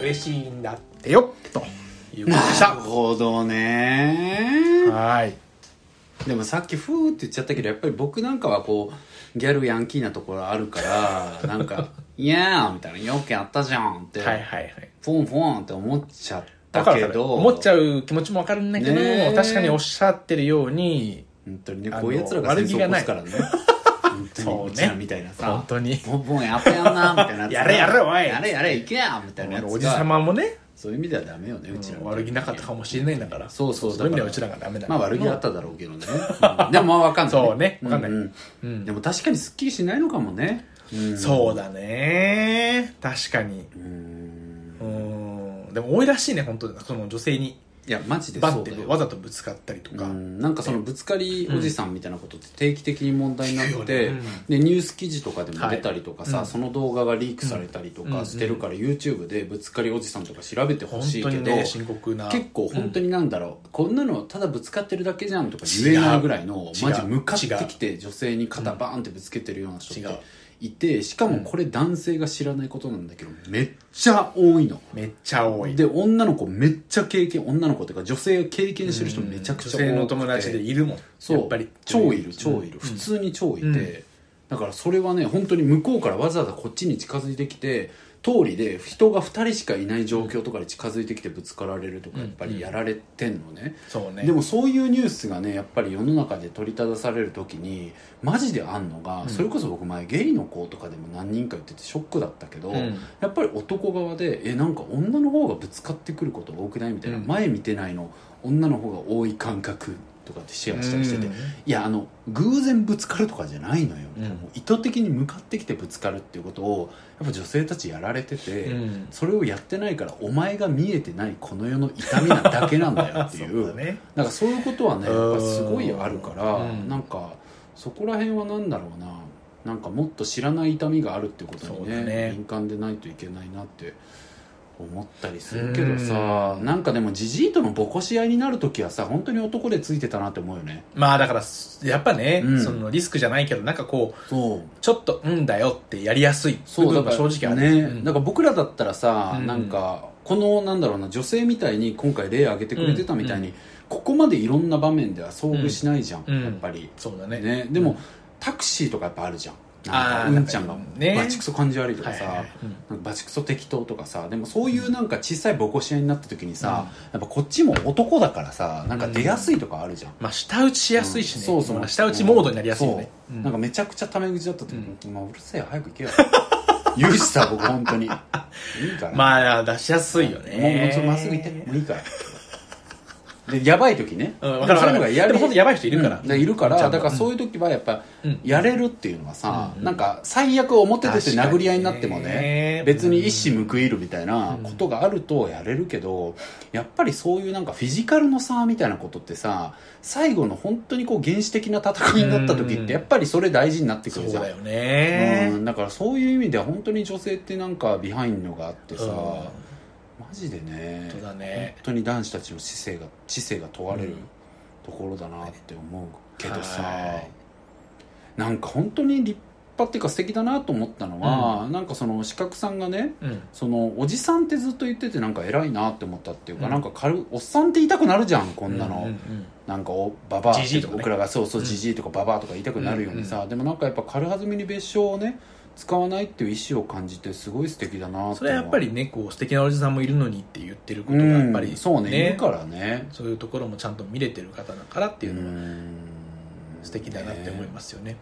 [SPEAKER 2] 嬉しいんだってよということでし
[SPEAKER 3] なる
[SPEAKER 2] た
[SPEAKER 3] ほどね
[SPEAKER 2] はい
[SPEAKER 3] でもさっきフーって言っちゃったけどやっぱり僕なんかはこうギャルヤンキーなところある からなんか「いやー」みたいな「よくやったじゃん」って
[SPEAKER 2] はいはいはい
[SPEAKER 3] フォンフォンって思っちゃった
[SPEAKER 2] だから
[SPEAKER 3] け
[SPEAKER 2] だね
[SPEAKER 3] ど
[SPEAKER 2] 思っちゃ
[SPEAKER 3] う
[SPEAKER 2] う気持ちもわかるんだけど、
[SPEAKER 3] ねえ
[SPEAKER 2] 確かにおっしゃってるように
[SPEAKER 3] 本当にね
[SPEAKER 2] あの
[SPEAKER 3] こういうやつらが戦争起こすからね本当
[SPEAKER 2] そう
[SPEAKER 3] に
[SPEAKER 2] ね
[SPEAKER 3] うちらみたいなさ
[SPEAKER 2] 本当に
[SPEAKER 3] フォンフォンやったやんなみたいなやつ
[SPEAKER 2] やれやれおい
[SPEAKER 3] やれやれいけやみたいなやつが
[SPEAKER 2] おじさまもね
[SPEAKER 3] そういう意味ではダメよねうちらみたい
[SPEAKER 2] 悪気なかったかもしれないんだから
[SPEAKER 3] そうそう
[SPEAKER 2] そういう意味ではうちらがダメだ
[SPEAKER 3] まあ悪気あっただろうけどね、うんでもまあわかんない
[SPEAKER 2] そうねわかんない
[SPEAKER 3] うん
[SPEAKER 2] う
[SPEAKER 3] うん
[SPEAKER 2] ん
[SPEAKER 3] でも確かにすっきりしないのかもね、うん
[SPEAKER 2] そうだね確かに
[SPEAKER 3] うん
[SPEAKER 2] うんでも多いらしいね本当にその女性に
[SPEAKER 3] いやマジで
[SPEAKER 2] バ
[SPEAKER 3] そ
[SPEAKER 2] ッ
[SPEAKER 3] う
[SPEAKER 2] て
[SPEAKER 3] だよ
[SPEAKER 2] わざとぶつかったりとか、
[SPEAKER 3] うんなんかそのぶつかりおじさんみたいなことって定期的に問題になって、
[SPEAKER 2] 聞くよね
[SPEAKER 3] でニュース記事とかでも出たりとかさ、
[SPEAKER 2] はいうん
[SPEAKER 3] その動画がリークされたりとかしてるから、YouTube でぶつかりおじさんとか調べてほ
[SPEAKER 2] 本
[SPEAKER 3] しい
[SPEAKER 2] 当
[SPEAKER 3] け
[SPEAKER 2] に
[SPEAKER 3] ど、
[SPEAKER 2] ね深刻な
[SPEAKER 3] 結構本当
[SPEAKER 2] に、
[SPEAKER 3] になんだろう、こんなのただぶつかってるだけじゃんとか言えないぐらいの
[SPEAKER 2] 違う
[SPEAKER 3] マジ向かってきて女性に肩バーンってぶつけてるような人
[SPEAKER 2] 違
[SPEAKER 3] っ
[SPEAKER 2] う
[SPEAKER 3] ていてしかもこれ男性が知らないことなんだけどめっちゃ多いの。
[SPEAKER 2] うんめっちゃ多い
[SPEAKER 3] で女の子めっちゃ経験女の子っていうか女性経験してる人めちゃくちゃ多くて
[SPEAKER 2] 女性の友達でいるもん
[SPEAKER 3] そう
[SPEAKER 2] やっぱり
[SPEAKER 3] 超いる超いる、普通に超いて、
[SPEAKER 2] うん
[SPEAKER 3] だからそれはね本当に向こうからわざわざこっちに近づいてきて通りで人が2人しかいない状況とかで近づいてきてぶつかられるとか
[SPEAKER 2] うん
[SPEAKER 3] やっぱりやられてんのね、
[SPEAKER 2] そうね
[SPEAKER 3] でもそういうニュースがねやっぱり世の中で取り立たされる時にマジであんのが、それこそ僕前ゲイの子とかでも何人か言っててショックだったけど、
[SPEAKER 2] うん
[SPEAKER 3] やっぱり男側でえなんか女の方がぶつかってくること多くないみたいな、
[SPEAKER 2] うん
[SPEAKER 3] 前見てないの女の方が多い感覚とかってシェアしたりしてて、
[SPEAKER 2] うん
[SPEAKER 3] いやあの偶然ぶつかるとかじゃないのよ、
[SPEAKER 2] うん
[SPEAKER 3] もう意図的に向かってきてぶつかるっていうことをやっぱ女性たちやられてて、
[SPEAKER 2] うん
[SPEAKER 3] それをやってないからお前が見えてないこの世の痛みなだけなんだよってい
[SPEAKER 2] そう
[SPEAKER 3] う
[SPEAKER 2] だね
[SPEAKER 3] なんかそういうことはね
[SPEAKER 2] うん
[SPEAKER 3] やっぱすごいあるから、
[SPEAKER 2] うん
[SPEAKER 3] なんかそこら辺は何だろうななんかもっと知らない痛みがあるってことに
[SPEAKER 2] そうだ
[SPEAKER 3] ね
[SPEAKER 2] ね
[SPEAKER 3] 敏感でないといけないなって思ったりするけどさ、
[SPEAKER 2] うん
[SPEAKER 3] なんかでもじじいとのボコし合いになる時はさ本当に男でついてたなって思うよね
[SPEAKER 2] まあだからやっぱね、
[SPEAKER 3] うん
[SPEAKER 2] そのリスクじゃないけどなんかこう
[SPEAKER 3] そう
[SPEAKER 2] ちょっと「うんだよ」ってやりやすい
[SPEAKER 3] そう
[SPEAKER 2] 部
[SPEAKER 3] だ
[SPEAKER 2] 分
[SPEAKER 3] か
[SPEAKER 2] が
[SPEAKER 3] ら
[SPEAKER 2] 正直ある
[SPEAKER 3] ね、
[SPEAKER 2] うん
[SPEAKER 3] だから僕らだったらさ、
[SPEAKER 2] うん
[SPEAKER 3] なんかこのなんだろうな女性みたいに今回例挙げてくれてたみたいに、ここまでいろんな場面では遭遇しないじゃん、
[SPEAKER 2] うん
[SPEAKER 3] やっぱり、
[SPEAKER 2] そうだね
[SPEAKER 3] ね、でも、タクシーとかやっぱあるじゃんなん
[SPEAKER 2] あ
[SPEAKER 3] か
[SPEAKER 2] ー
[SPEAKER 3] うんちゃんが
[SPEAKER 2] なんかね
[SPEAKER 3] バチクソ感じ悪いとか
[SPEAKER 2] はい
[SPEAKER 3] さ、
[SPEAKER 2] はいはいうん
[SPEAKER 3] なんかバチクソ適当とかさでもそういうなんか小さいボコシアになった時にさ、やっぱこっちも男だからさなんか出やすいとかあるじゃん、
[SPEAKER 2] まあ舌打ちしやすいしね、
[SPEAKER 3] そうそう
[SPEAKER 2] まあ舌打ちモードになりやすいよね、
[SPEAKER 3] そう
[SPEAKER 2] うん
[SPEAKER 3] なんかめちゃくちゃタメ口だった時に
[SPEAKER 2] う
[SPEAKER 3] 「まあうるせえよ早く行けよ」言うしさ僕本当に「いいから」
[SPEAKER 2] まあ出しやすいよ
[SPEAKER 3] もうもう
[SPEAKER 2] ね
[SPEAKER 3] ちょっとまっすぐ行ってもういいから」でやばい時ね、
[SPEAKER 2] うんわかるわかる
[SPEAKER 3] そういうのがやり
[SPEAKER 2] でも本当やばい人いるから
[SPEAKER 3] うんでいるから
[SPEAKER 2] ちゃんと
[SPEAKER 3] だからそういう時はやっぱ、
[SPEAKER 2] うん
[SPEAKER 3] やれるっていうのはさ、
[SPEAKER 2] うん
[SPEAKER 3] なんか最悪表出て
[SPEAKER 2] 確かにね
[SPEAKER 3] 殴り合いになってもね別に一矢報いるみたいなことがあるとやれるけど、やっぱりそういうなんかフィジカルの差みたいなことってさ最後の本当にこう原始的な戦いになった時
[SPEAKER 2] う
[SPEAKER 3] っ
[SPEAKER 2] ん
[SPEAKER 3] てやっぱりそれ大事になってく
[SPEAKER 2] そう
[SPEAKER 3] るじゃん
[SPEAKER 2] だよね、
[SPEAKER 3] うん、だからそういう意味では本当に女性ってなんかビハインドがあってさ、
[SPEAKER 2] うん
[SPEAKER 3] マジでね
[SPEAKER 2] 本当だ
[SPEAKER 3] 本
[SPEAKER 2] ね
[SPEAKER 3] 当に男子たちの知性が知性が問われる
[SPEAKER 2] うん
[SPEAKER 3] ところだなって思うけどさ、
[SPEAKER 2] はい
[SPEAKER 3] なんか本当に立派っていうか素敵だなと思ったのは、なんかその四角さんがね
[SPEAKER 2] うん
[SPEAKER 3] そのおじさんってずっと言っててなんか偉いなって思ったっていうか、
[SPEAKER 2] うん
[SPEAKER 3] なんか軽いおっさんって言いたくなるじゃんこんなの、
[SPEAKER 2] うんうん
[SPEAKER 3] なんかおババア
[SPEAKER 2] ジジイとかね
[SPEAKER 3] 僕らがそうそう
[SPEAKER 2] うん
[SPEAKER 3] じじいとかババアとか言いたくなるようにさ、でもなんかやっぱ軽はずみに別称をね使わないっていう意思を感じてすごい素敵だな
[SPEAKER 2] う
[SPEAKER 3] っ
[SPEAKER 2] ん
[SPEAKER 3] て
[SPEAKER 2] それはやっぱりねこう素敵なおじさんもいるのにって言ってること
[SPEAKER 3] う
[SPEAKER 2] が
[SPEAKER 3] ん
[SPEAKER 2] やっぱり、
[SPEAKER 3] そうねいるからね
[SPEAKER 2] そういうところもちゃんと見れてる方だからっていうのは
[SPEAKER 3] ん
[SPEAKER 2] 素敵だなって思いますよね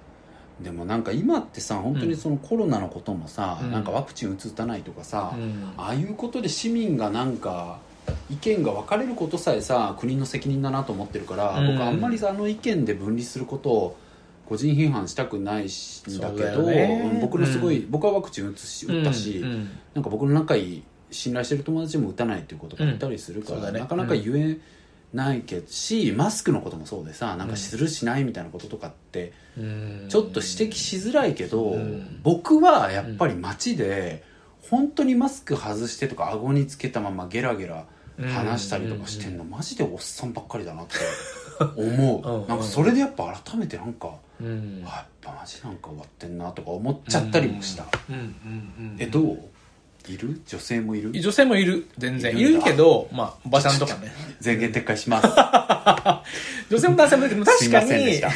[SPEAKER 3] でもなんか今ってさ本当にそのコロナのこともさ、
[SPEAKER 2] うん
[SPEAKER 3] なんかワクチン打つ打たないとかさ、
[SPEAKER 2] うん
[SPEAKER 3] ああいうことで市民がなんか意見が分かれることさえさ国の責任だなと思ってるから、
[SPEAKER 2] うん
[SPEAKER 3] 僕あんまりさあの意見で分離することを個人批判したくないし
[SPEAKER 2] そうだ
[SPEAKER 3] だ
[SPEAKER 2] よ
[SPEAKER 3] けど
[SPEAKER 2] ね
[SPEAKER 3] うん僕のすごい、
[SPEAKER 2] う
[SPEAKER 3] 僕はワクチン打つし打ったし、
[SPEAKER 2] うんうん
[SPEAKER 3] なんか僕の仲いい信頼してる友達も打たないっていうことがいたりするから、
[SPEAKER 2] うんそうだね
[SPEAKER 3] なかなか言えないけどし、マスクのこともそうでさなんかするしないみたいなこととかって、
[SPEAKER 2] うん
[SPEAKER 3] ちょっと指摘しづらいけど、
[SPEAKER 2] うん
[SPEAKER 3] 僕はやっぱり街で本当にマスク外してとか顎につけたままゲラゲラ話したりとかしてんの、マジでおっさんばっかりだな って思う
[SPEAKER 2] うんうん
[SPEAKER 3] なんかそれでやっぱ改めてなんか、
[SPEAKER 2] うんうん
[SPEAKER 3] あやっぱマジなんか終わってんなとか思っちゃったりもした、
[SPEAKER 2] うんうんうん
[SPEAKER 3] えどういる女性もいる
[SPEAKER 2] 女性もいる全然い
[SPEAKER 3] いるん
[SPEAKER 2] る
[SPEAKER 3] だ
[SPEAKER 2] けどまあおばちゃんとかね
[SPEAKER 3] 全言撤回し ます
[SPEAKER 2] 女性も男性もいるけど
[SPEAKER 3] すい
[SPEAKER 2] 確
[SPEAKER 3] ま
[SPEAKER 2] か
[SPEAKER 3] せんで
[SPEAKER 2] に
[SPEAKER 3] した、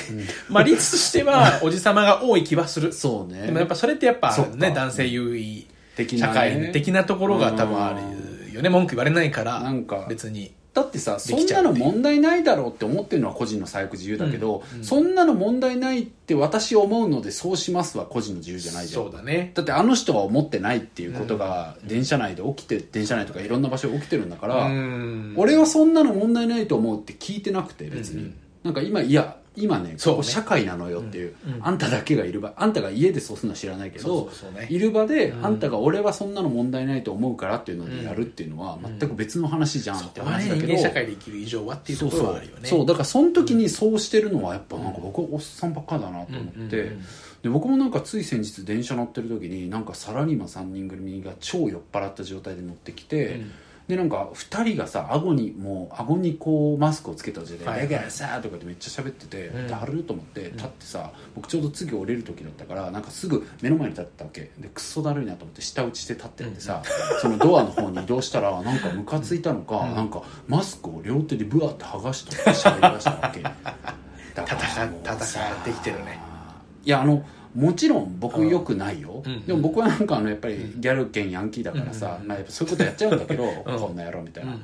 [SPEAKER 2] まあ率としてはおじさまが多い気はする
[SPEAKER 3] そうね
[SPEAKER 2] でもやっぱそれってやっぱ
[SPEAKER 3] そっか
[SPEAKER 2] ね男性優位
[SPEAKER 3] 的
[SPEAKER 2] 社
[SPEAKER 3] なね
[SPEAKER 2] 会的なところが多分あるよね文句言われないから
[SPEAKER 3] なんか
[SPEAKER 2] 別に
[SPEAKER 3] だってさ
[SPEAKER 2] で
[SPEAKER 3] そ
[SPEAKER 2] き
[SPEAKER 3] ん
[SPEAKER 2] ちゃ
[SPEAKER 3] な
[SPEAKER 2] う
[SPEAKER 3] の問題ないだろうって思ってるのは個人の最悪自由だけど、そんなの問題ないって私思うのでそうしますは個人の自由じゃないじゃん
[SPEAKER 2] そうだね
[SPEAKER 3] だってあの人は思ってないっていうことが電車内で起きて、電車内とかいろんな場所で起きてるんだから、
[SPEAKER 2] うん
[SPEAKER 3] 俺はそんなの問題ないと思うって聞いてなくて別に、
[SPEAKER 2] うんうん
[SPEAKER 3] なんか今いや今ね
[SPEAKER 2] そうね
[SPEAKER 3] ここ社会なのよっていう
[SPEAKER 2] うんうん
[SPEAKER 3] あんただけがいる場あんたが家でそうするのは知らないけど
[SPEAKER 2] そうそうそうね
[SPEAKER 3] いる場で、
[SPEAKER 2] うん
[SPEAKER 3] あんたが俺はそんなの問題ないと思うからっていうのでやるっていうのは全く別の話じゃんって
[SPEAKER 2] そこはね
[SPEAKER 3] 話だけ
[SPEAKER 2] 人
[SPEAKER 3] ど、
[SPEAKER 2] 間社会で生きる以上はっていう
[SPEAKER 3] そ
[SPEAKER 2] と
[SPEAKER 3] う
[SPEAKER 2] ころ
[SPEAKER 3] そ
[SPEAKER 2] はあ
[SPEAKER 3] う
[SPEAKER 2] るよね
[SPEAKER 3] そうだからその時にそうしてるのはやっぱなんか僕はおっさんばっかだなと思
[SPEAKER 2] うんうんうん
[SPEAKER 3] って、で僕もなんかつい先日電車乗ってる時になんかサラリーマン3人組が超酔っ払った状態で乗ってきて、
[SPEAKER 2] うん
[SPEAKER 3] でなんか2人がさ顎にもう顎にこうマスクをつけた状態で
[SPEAKER 2] はい
[SPEAKER 3] 「だからさ」とかってめっちゃ喋ってて
[SPEAKER 2] うん
[SPEAKER 3] だるーと思って立ってさ僕ちょうど次降りる時だったからなんかすぐ目の前に立ったわけでクソだるいなと思って下打ちして立ってってさそのドアの方に移動したらなんかムカついたのかなんかマスクを両手でブワーって剥がしとって喋り出したわ けだからもうさ
[SPEAKER 2] 戦ってきてるね
[SPEAKER 3] いやあのもちろん僕よくないよ、
[SPEAKER 2] うん
[SPEAKER 3] でも僕はなんかあのやっぱりギャル兼ヤンキーだからさ、まあ、やっぱそういうことやっちゃうんだ けど、こんな野郎みたいな、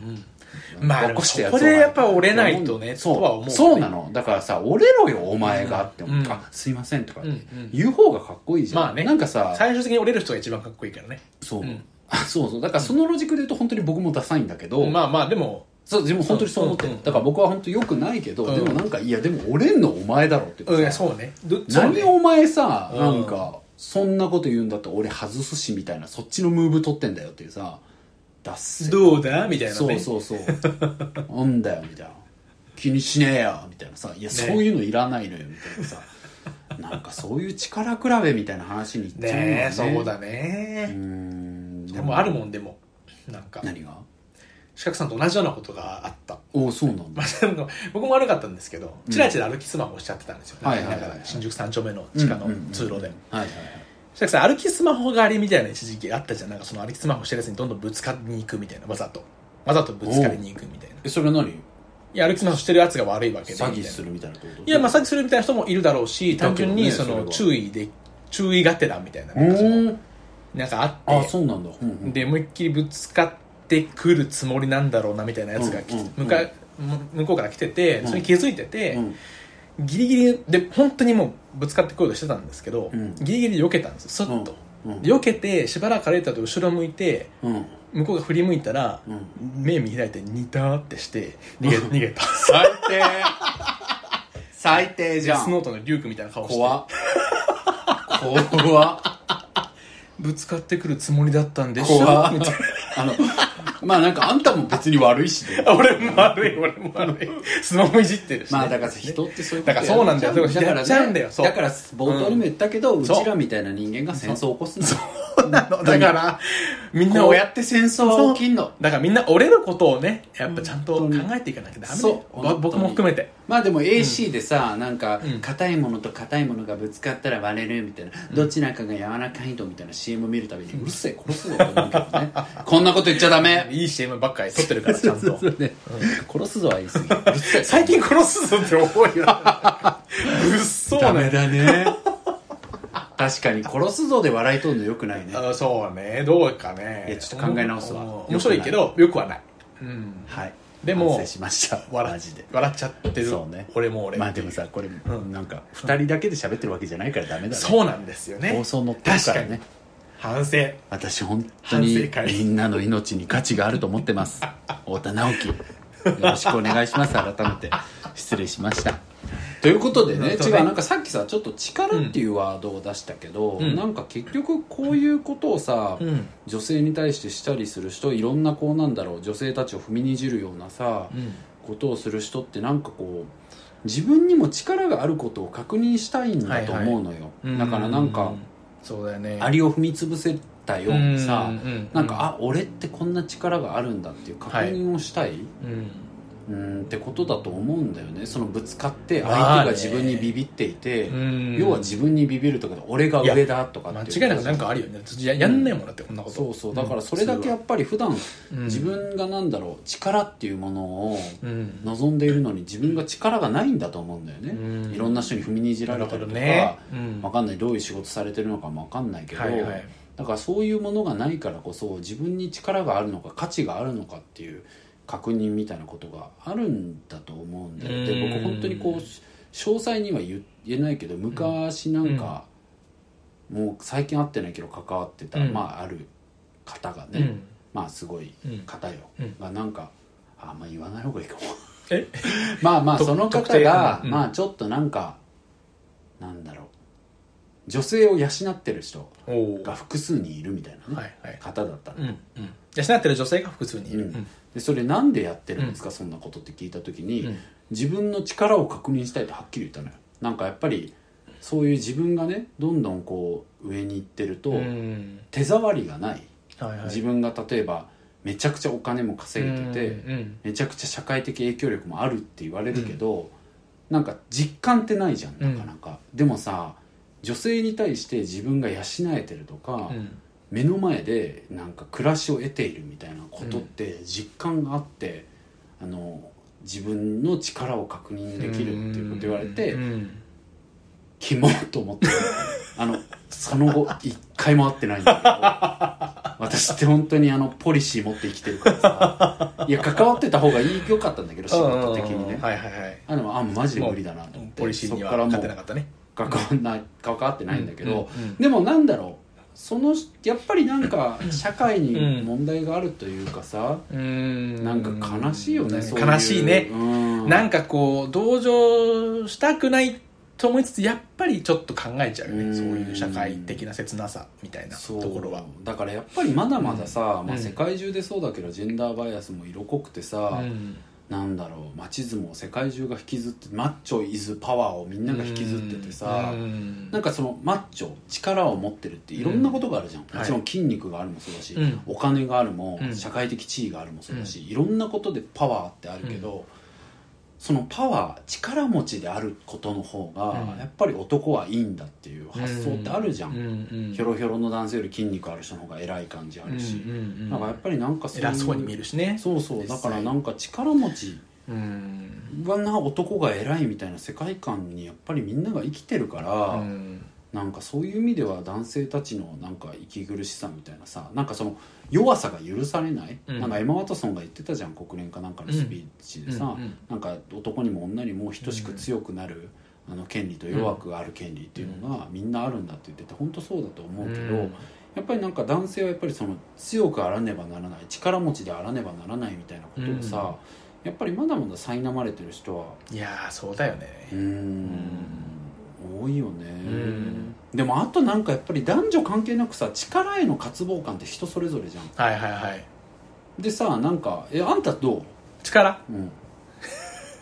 [SPEAKER 2] まあ
[SPEAKER 3] 起こしてや
[SPEAKER 2] そこでやっぱ折れないとね
[SPEAKER 3] そう
[SPEAKER 2] とは思う
[SPEAKER 3] そうなのだからさ折れろよお前がって思って、
[SPEAKER 2] うん
[SPEAKER 3] あすいませんとかって
[SPEAKER 2] うんうん
[SPEAKER 3] 言う方がかっこいいじゃん、
[SPEAKER 2] まあね
[SPEAKER 3] なんかさ
[SPEAKER 2] 最終的に折れる人が一番かっこいいからね
[SPEAKER 3] そう、
[SPEAKER 2] うん
[SPEAKER 3] あそうそうだからそのロジックで言うと本当に僕もダサいんだけど、
[SPEAKER 2] まあまあでも
[SPEAKER 3] そうでも本当にそう思って
[SPEAKER 2] うん
[SPEAKER 3] るだから僕は本当よくないけど、
[SPEAKER 2] うん
[SPEAKER 3] でもなんかいやでも折れんのお前だろって言っ
[SPEAKER 2] う
[SPEAKER 3] て
[SPEAKER 2] ん
[SPEAKER 3] さ
[SPEAKER 2] そうねどそう
[SPEAKER 3] 何
[SPEAKER 2] ね
[SPEAKER 3] お前さ、
[SPEAKER 2] うん
[SPEAKER 3] なんかそんなこと言うんだったら俺外すしみたいなそっちのムーブ取ってんだよっていうさ出せ
[SPEAKER 2] どうだみたいなね
[SPEAKER 3] そうそうそうなんだよみたいな気にしねえよみたいなさいや、そういうのいらないのよみたいなさなんかそういう力比べみたいな話にいっちゃうのは
[SPEAKER 2] ねえそうだ
[SPEAKER 3] うー
[SPEAKER 2] ね
[SPEAKER 3] ん
[SPEAKER 2] でもあるもんでもなんか
[SPEAKER 3] 何が
[SPEAKER 2] 四角さんと同じようなことがあった
[SPEAKER 3] おおそうなんだ
[SPEAKER 2] まあ、でも僕も悪かったんですけどチラチラ歩きスマホしちゃってたんですよ、
[SPEAKER 3] はいはいはい
[SPEAKER 2] だから新宿三丁目の地下の
[SPEAKER 3] うんうんうん
[SPEAKER 2] 通路で、
[SPEAKER 3] はいはい
[SPEAKER 2] 白木さん歩きスマホ狩りみたいな一時期あったじゃんなんかその歩きスマホしてるやつにどんどんぶつかりに行くみたいなわざとわざとぶつかりに行くみたいない
[SPEAKER 3] えそれは何
[SPEAKER 2] や歩きスマホしてるやつが悪いわけでみたい
[SPEAKER 3] 詐
[SPEAKER 2] な
[SPEAKER 3] 欺するみたいなってこと
[SPEAKER 2] いやまあ詐欺するみたいな人もいるだろうし単純に
[SPEAKER 3] だけ
[SPEAKER 2] そ
[SPEAKER 3] どね
[SPEAKER 2] の
[SPEAKER 3] それ
[SPEAKER 2] 注意で注意がてらみたいななんかその
[SPEAKER 3] うーん
[SPEAKER 2] なんかあって
[SPEAKER 3] あそうなんだ、うんうん、
[SPEAKER 2] で思いっきりぶつかってくるつもりなんだろうなみたいなやつが来て、
[SPEAKER 3] うんうん
[SPEAKER 2] 向か向こうから来てて
[SPEAKER 3] うん
[SPEAKER 2] それに気づいてて、
[SPEAKER 3] うん
[SPEAKER 2] ギリギリで本当にもうぶつかってこようとしてたんですけど、
[SPEAKER 3] うん
[SPEAKER 2] ギリギリ避けたんですよそっと、
[SPEAKER 3] うん
[SPEAKER 2] 避けてしばらく歩いたと後ろ向いて
[SPEAKER 3] うん
[SPEAKER 2] 向こうが振り向いたら、
[SPEAKER 3] うん
[SPEAKER 2] 目見開いてニターって して逃げ逃げた
[SPEAKER 3] 最低最低じゃ
[SPEAKER 2] スノ
[SPEAKER 3] ん
[SPEAKER 2] ートのリュウクみたいな顔して
[SPEAKER 3] 怖っ怖っ
[SPEAKER 2] ぶつかってくるつもりだったんでしょ
[SPEAKER 3] 怖っ
[SPEAKER 2] みたい
[SPEAKER 3] あのまあなんかあんたも別に悪いしね
[SPEAKER 2] な俺も悪い俺も 悪いスマホいじってるしね、
[SPEAKER 3] まあだから人ってそういう
[SPEAKER 2] だからそうなんだよ
[SPEAKER 3] だから
[SPEAKER 2] やっちゃうんだよそう
[SPEAKER 3] だから冒頭にも言ったけど、う
[SPEAKER 2] うん
[SPEAKER 3] ちらみたいな人間が戦争を起こすんだよ
[SPEAKER 2] そうなのだからみんな
[SPEAKER 3] こう
[SPEAKER 2] 親
[SPEAKER 3] やって戦争は起きんの
[SPEAKER 2] だからみんな俺のことをねやっぱちゃんと考えていかなきゃダメだよ
[SPEAKER 3] そう
[SPEAKER 2] ぼ僕も含めて
[SPEAKER 3] まあでも AC でさ、なんか
[SPEAKER 2] うん
[SPEAKER 3] 硬いものと硬いものがぶつかったら割れるみたいな、どっちなんかが柔らかいとみたいな CM 見るたびにうるせえ殺すぞって思うけどね こんなこと言っちゃダメ
[SPEAKER 2] いい CM ばっかり撮ってるからちゃんと
[SPEAKER 3] そうね殺すぞは言い過ぎうるせえ
[SPEAKER 2] 最近殺すぞって思うようっそう
[SPEAKER 3] ダ
[SPEAKER 2] ね
[SPEAKER 3] メだね確かに殺すぞで笑いとんのよくないね
[SPEAKER 2] あそうねどうかね
[SPEAKER 3] いやちょっと考え直すわ
[SPEAKER 2] うん面白いけどよくはないうん
[SPEAKER 3] はい
[SPEAKER 2] でも
[SPEAKER 3] 反省しました
[SPEAKER 2] 笑
[SPEAKER 3] マジで
[SPEAKER 2] 笑っちゃってる
[SPEAKER 3] そうね
[SPEAKER 2] 俺も俺
[SPEAKER 3] まあでもさこれ、
[SPEAKER 2] ん
[SPEAKER 3] なんか2人だけで喋ってるわけじゃないからダメだね
[SPEAKER 2] そうなんですよね
[SPEAKER 3] 放送乗ってるからね
[SPEAKER 2] 反省
[SPEAKER 3] 私本当に
[SPEAKER 2] 反省会
[SPEAKER 3] みんなの命に価値があると思ってます 太田直樹よろしくお願いします改めて失礼しましたということでね
[SPEAKER 2] うん
[SPEAKER 3] 違うなんかさっきさちょっと「力」っていうワードを出したけど、
[SPEAKER 2] うん
[SPEAKER 3] なんか結局こういうことをさ、
[SPEAKER 2] うん
[SPEAKER 3] 女性に対してしたりする人いろんなこうなんだろう女性たちを踏みにじるようなさ、
[SPEAKER 2] うん
[SPEAKER 3] ことをする人ってなんかこう自分にも力があることを確認したいんだと思うのよ、
[SPEAKER 2] う
[SPEAKER 3] だからなんか
[SPEAKER 2] そうだよね
[SPEAKER 3] アリを踏み潰せたようにさ、
[SPEAKER 2] うう
[SPEAKER 3] なんかあ俺ってこんな力があるんだっていう確認をしたい、
[SPEAKER 2] うん
[SPEAKER 3] うんってことだと思うんだよねそのぶつかって相
[SPEAKER 2] まあ
[SPEAKER 3] 手
[SPEAKER 2] ね
[SPEAKER 3] が自分にビビっていて、
[SPEAKER 2] うん
[SPEAKER 3] 要は自分にビビるとかで俺が上だとか
[SPEAKER 2] 間
[SPEAKER 3] って
[SPEAKER 2] 違いなくなんかあるよねややんないもんだってこんなこと
[SPEAKER 3] そうそうだからそれだけやっぱり普段
[SPEAKER 2] うん
[SPEAKER 3] 自分がなんだろう力っていうものを
[SPEAKER 2] うん
[SPEAKER 3] 望んでいるのに自分が力がないんだと思うんだよね、
[SPEAKER 2] うん
[SPEAKER 3] いろんな人に踏みにじら
[SPEAKER 2] な
[SPEAKER 3] れ
[SPEAKER 2] る
[SPEAKER 3] た
[SPEAKER 2] ほ
[SPEAKER 3] り
[SPEAKER 2] ど
[SPEAKER 3] とか、
[SPEAKER 2] ねうん
[SPEAKER 3] わかんないどういう仕事されてるのかもわかんないけど、
[SPEAKER 2] はいはい
[SPEAKER 3] だからそういうものがないからこそ自分に力があるのか価値があるのかっていう確認みたいなことがあるんだと思うんだよで
[SPEAKER 2] うん
[SPEAKER 3] 僕本当にこう詳細には言えないけど昔なんか、もう最近会ってないけど関わってた、
[SPEAKER 2] うん
[SPEAKER 3] まあある方がね、
[SPEAKER 2] うん
[SPEAKER 3] まあすごい方よ、
[SPEAKER 2] うん
[SPEAKER 3] がなんかあんま言わない方がいいかも
[SPEAKER 2] え
[SPEAKER 3] まあまあ
[SPEAKER 2] と
[SPEAKER 3] その
[SPEAKER 2] 特
[SPEAKER 3] 方
[SPEAKER 2] 定
[SPEAKER 3] が、
[SPEAKER 2] うん
[SPEAKER 3] まあちょっとなんかなんだろう女性を養ってる人
[SPEAKER 2] おお
[SPEAKER 3] が
[SPEAKER 2] は
[SPEAKER 3] 複数にいるみたいなね、
[SPEAKER 2] いはい
[SPEAKER 3] 方だったの
[SPEAKER 2] うんうん養ってる女性が普通にいる
[SPEAKER 3] うん
[SPEAKER 2] うん
[SPEAKER 3] でそれなんでやってるんですか、そんなことって聞いた時に、
[SPEAKER 2] うん
[SPEAKER 3] 自分の力を確認したいとはっきり言ったのよなんかやっぱりそういう自分がねどんどんこう上に行ってると、
[SPEAKER 2] うん
[SPEAKER 3] 手触りがない、
[SPEAKER 2] はいはい
[SPEAKER 3] 自分が例えばめちゃくちゃお金も稼げてて、
[SPEAKER 2] うんうん
[SPEAKER 3] めちゃくちゃ社会的影響力もあるって言われるけど、なんか実感ってないじゃんなかなか、でもさ女性に対して自分が養えてるとか、
[SPEAKER 2] うん
[SPEAKER 3] 目の前でなんか暮らしを得ているみたいなことって実感があって、あの自分の力を確認できるっていうこと言われて、
[SPEAKER 2] うん
[SPEAKER 3] キモッと思ってあのその後一回も会ってないんだけど私って本当にあのポリシー持って生きてるからさいや関わってた方がいいよかったんだけど仕事的にね、
[SPEAKER 2] はいはいはい
[SPEAKER 3] あのあマジで無理だなと思って
[SPEAKER 2] ポリシーには
[SPEAKER 3] そっから
[SPEAKER 2] 勝
[SPEAKER 3] も
[SPEAKER 2] てな
[SPEAKER 3] う
[SPEAKER 2] かったね
[SPEAKER 3] 関わんない関わってないんだけど、
[SPEAKER 2] うんうんうん
[SPEAKER 3] でもなんだろうそのやっぱりなんか社会に問題があるというかさ、
[SPEAKER 2] うん
[SPEAKER 3] なんか悲しいよね、そうう
[SPEAKER 2] 悲しいね、
[SPEAKER 3] うん
[SPEAKER 2] なんかこう同情したくないと思いつつやっぱりちょっと考えちゃうよね
[SPEAKER 3] うん
[SPEAKER 2] そういう社会的な切なさみたいなと
[SPEAKER 3] そう
[SPEAKER 2] ころは
[SPEAKER 3] だからやっぱりまだまださ、
[SPEAKER 2] ん
[SPEAKER 3] まあ、
[SPEAKER 2] うん
[SPEAKER 3] 世界中でそうだけどジェンダーバイアスも色濃くてさ、
[SPEAKER 2] うん
[SPEAKER 3] なんだろうマチズムを世界中が引きずってマッチョイズパワーをみんなが引きずっててさ、
[SPEAKER 2] うん
[SPEAKER 3] なんかそのマッチョ力を持ってるっていろんなことがあるじゃん、
[SPEAKER 2] うん
[SPEAKER 3] もちろん筋肉があるもそうだし、
[SPEAKER 2] うん
[SPEAKER 3] お金があるも、
[SPEAKER 2] うん
[SPEAKER 3] 社会的地位があるもそうだし、いろんなことでパワーってあるけど、そのパワー力持ちであることの方が、
[SPEAKER 2] うん
[SPEAKER 3] やっぱり男はいいんだっていう発想ってあるじゃん、
[SPEAKER 2] ううん
[SPEAKER 3] ひょろひょろの男性より筋肉ある人の方が偉い感じあるし、
[SPEAKER 2] うんうんうん
[SPEAKER 3] なんかやっぱりなんかい
[SPEAKER 2] 偉そうに見えるしね
[SPEAKER 3] そうそう
[SPEAKER 2] 実
[SPEAKER 3] だ
[SPEAKER 2] 際
[SPEAKER 3] からなんか力持ち
[SPEAKER 2] うん
[SPEAKER 3] はな男が偉いみたいな世界観にやっぱりみんなが生きてるから、
[SPEAKER 2] うん
[SPEAKER 3] なんかそういう意味では男性たちのなんか息苦しさみたいなさなんかその弱さが許されない、
[SPEAKER 2] うん
[SPEAKER 3] なんかエマ・ワトソンが言ってたじゃん国連かなんかのスピーチでさ、
[SPEAKER 2] うんうん
[SPEAKER 3] なんか男にも女にも等しく強くなる、あの権利と弱くある権利っていうのがみんなあるんだって言ってて本当そうだと思うけど、
[SPEAKER 2] うん
[SPEAKER 3] やっぱりなんか男性はやっぱりその強くあらねばならない力持ちであらねばならないみたいなことをさ、やっぱりまだまだ苛まれてる人はい
[SPEAKER 2] やーそうだよね
[SPEAKER 3] うーん多いよね
[SPEAKER 2] ん
[SPEAKER 3] でもあとなんかやっぱり男女関係なくさ力への渇望感って人それぞれじゃん
[SPEAKER 2] はいはいはい
[SPEAKER 3] でさなんか「えあんたど
[SPEAKER 2] 力
[SPEAKER 3] ううん」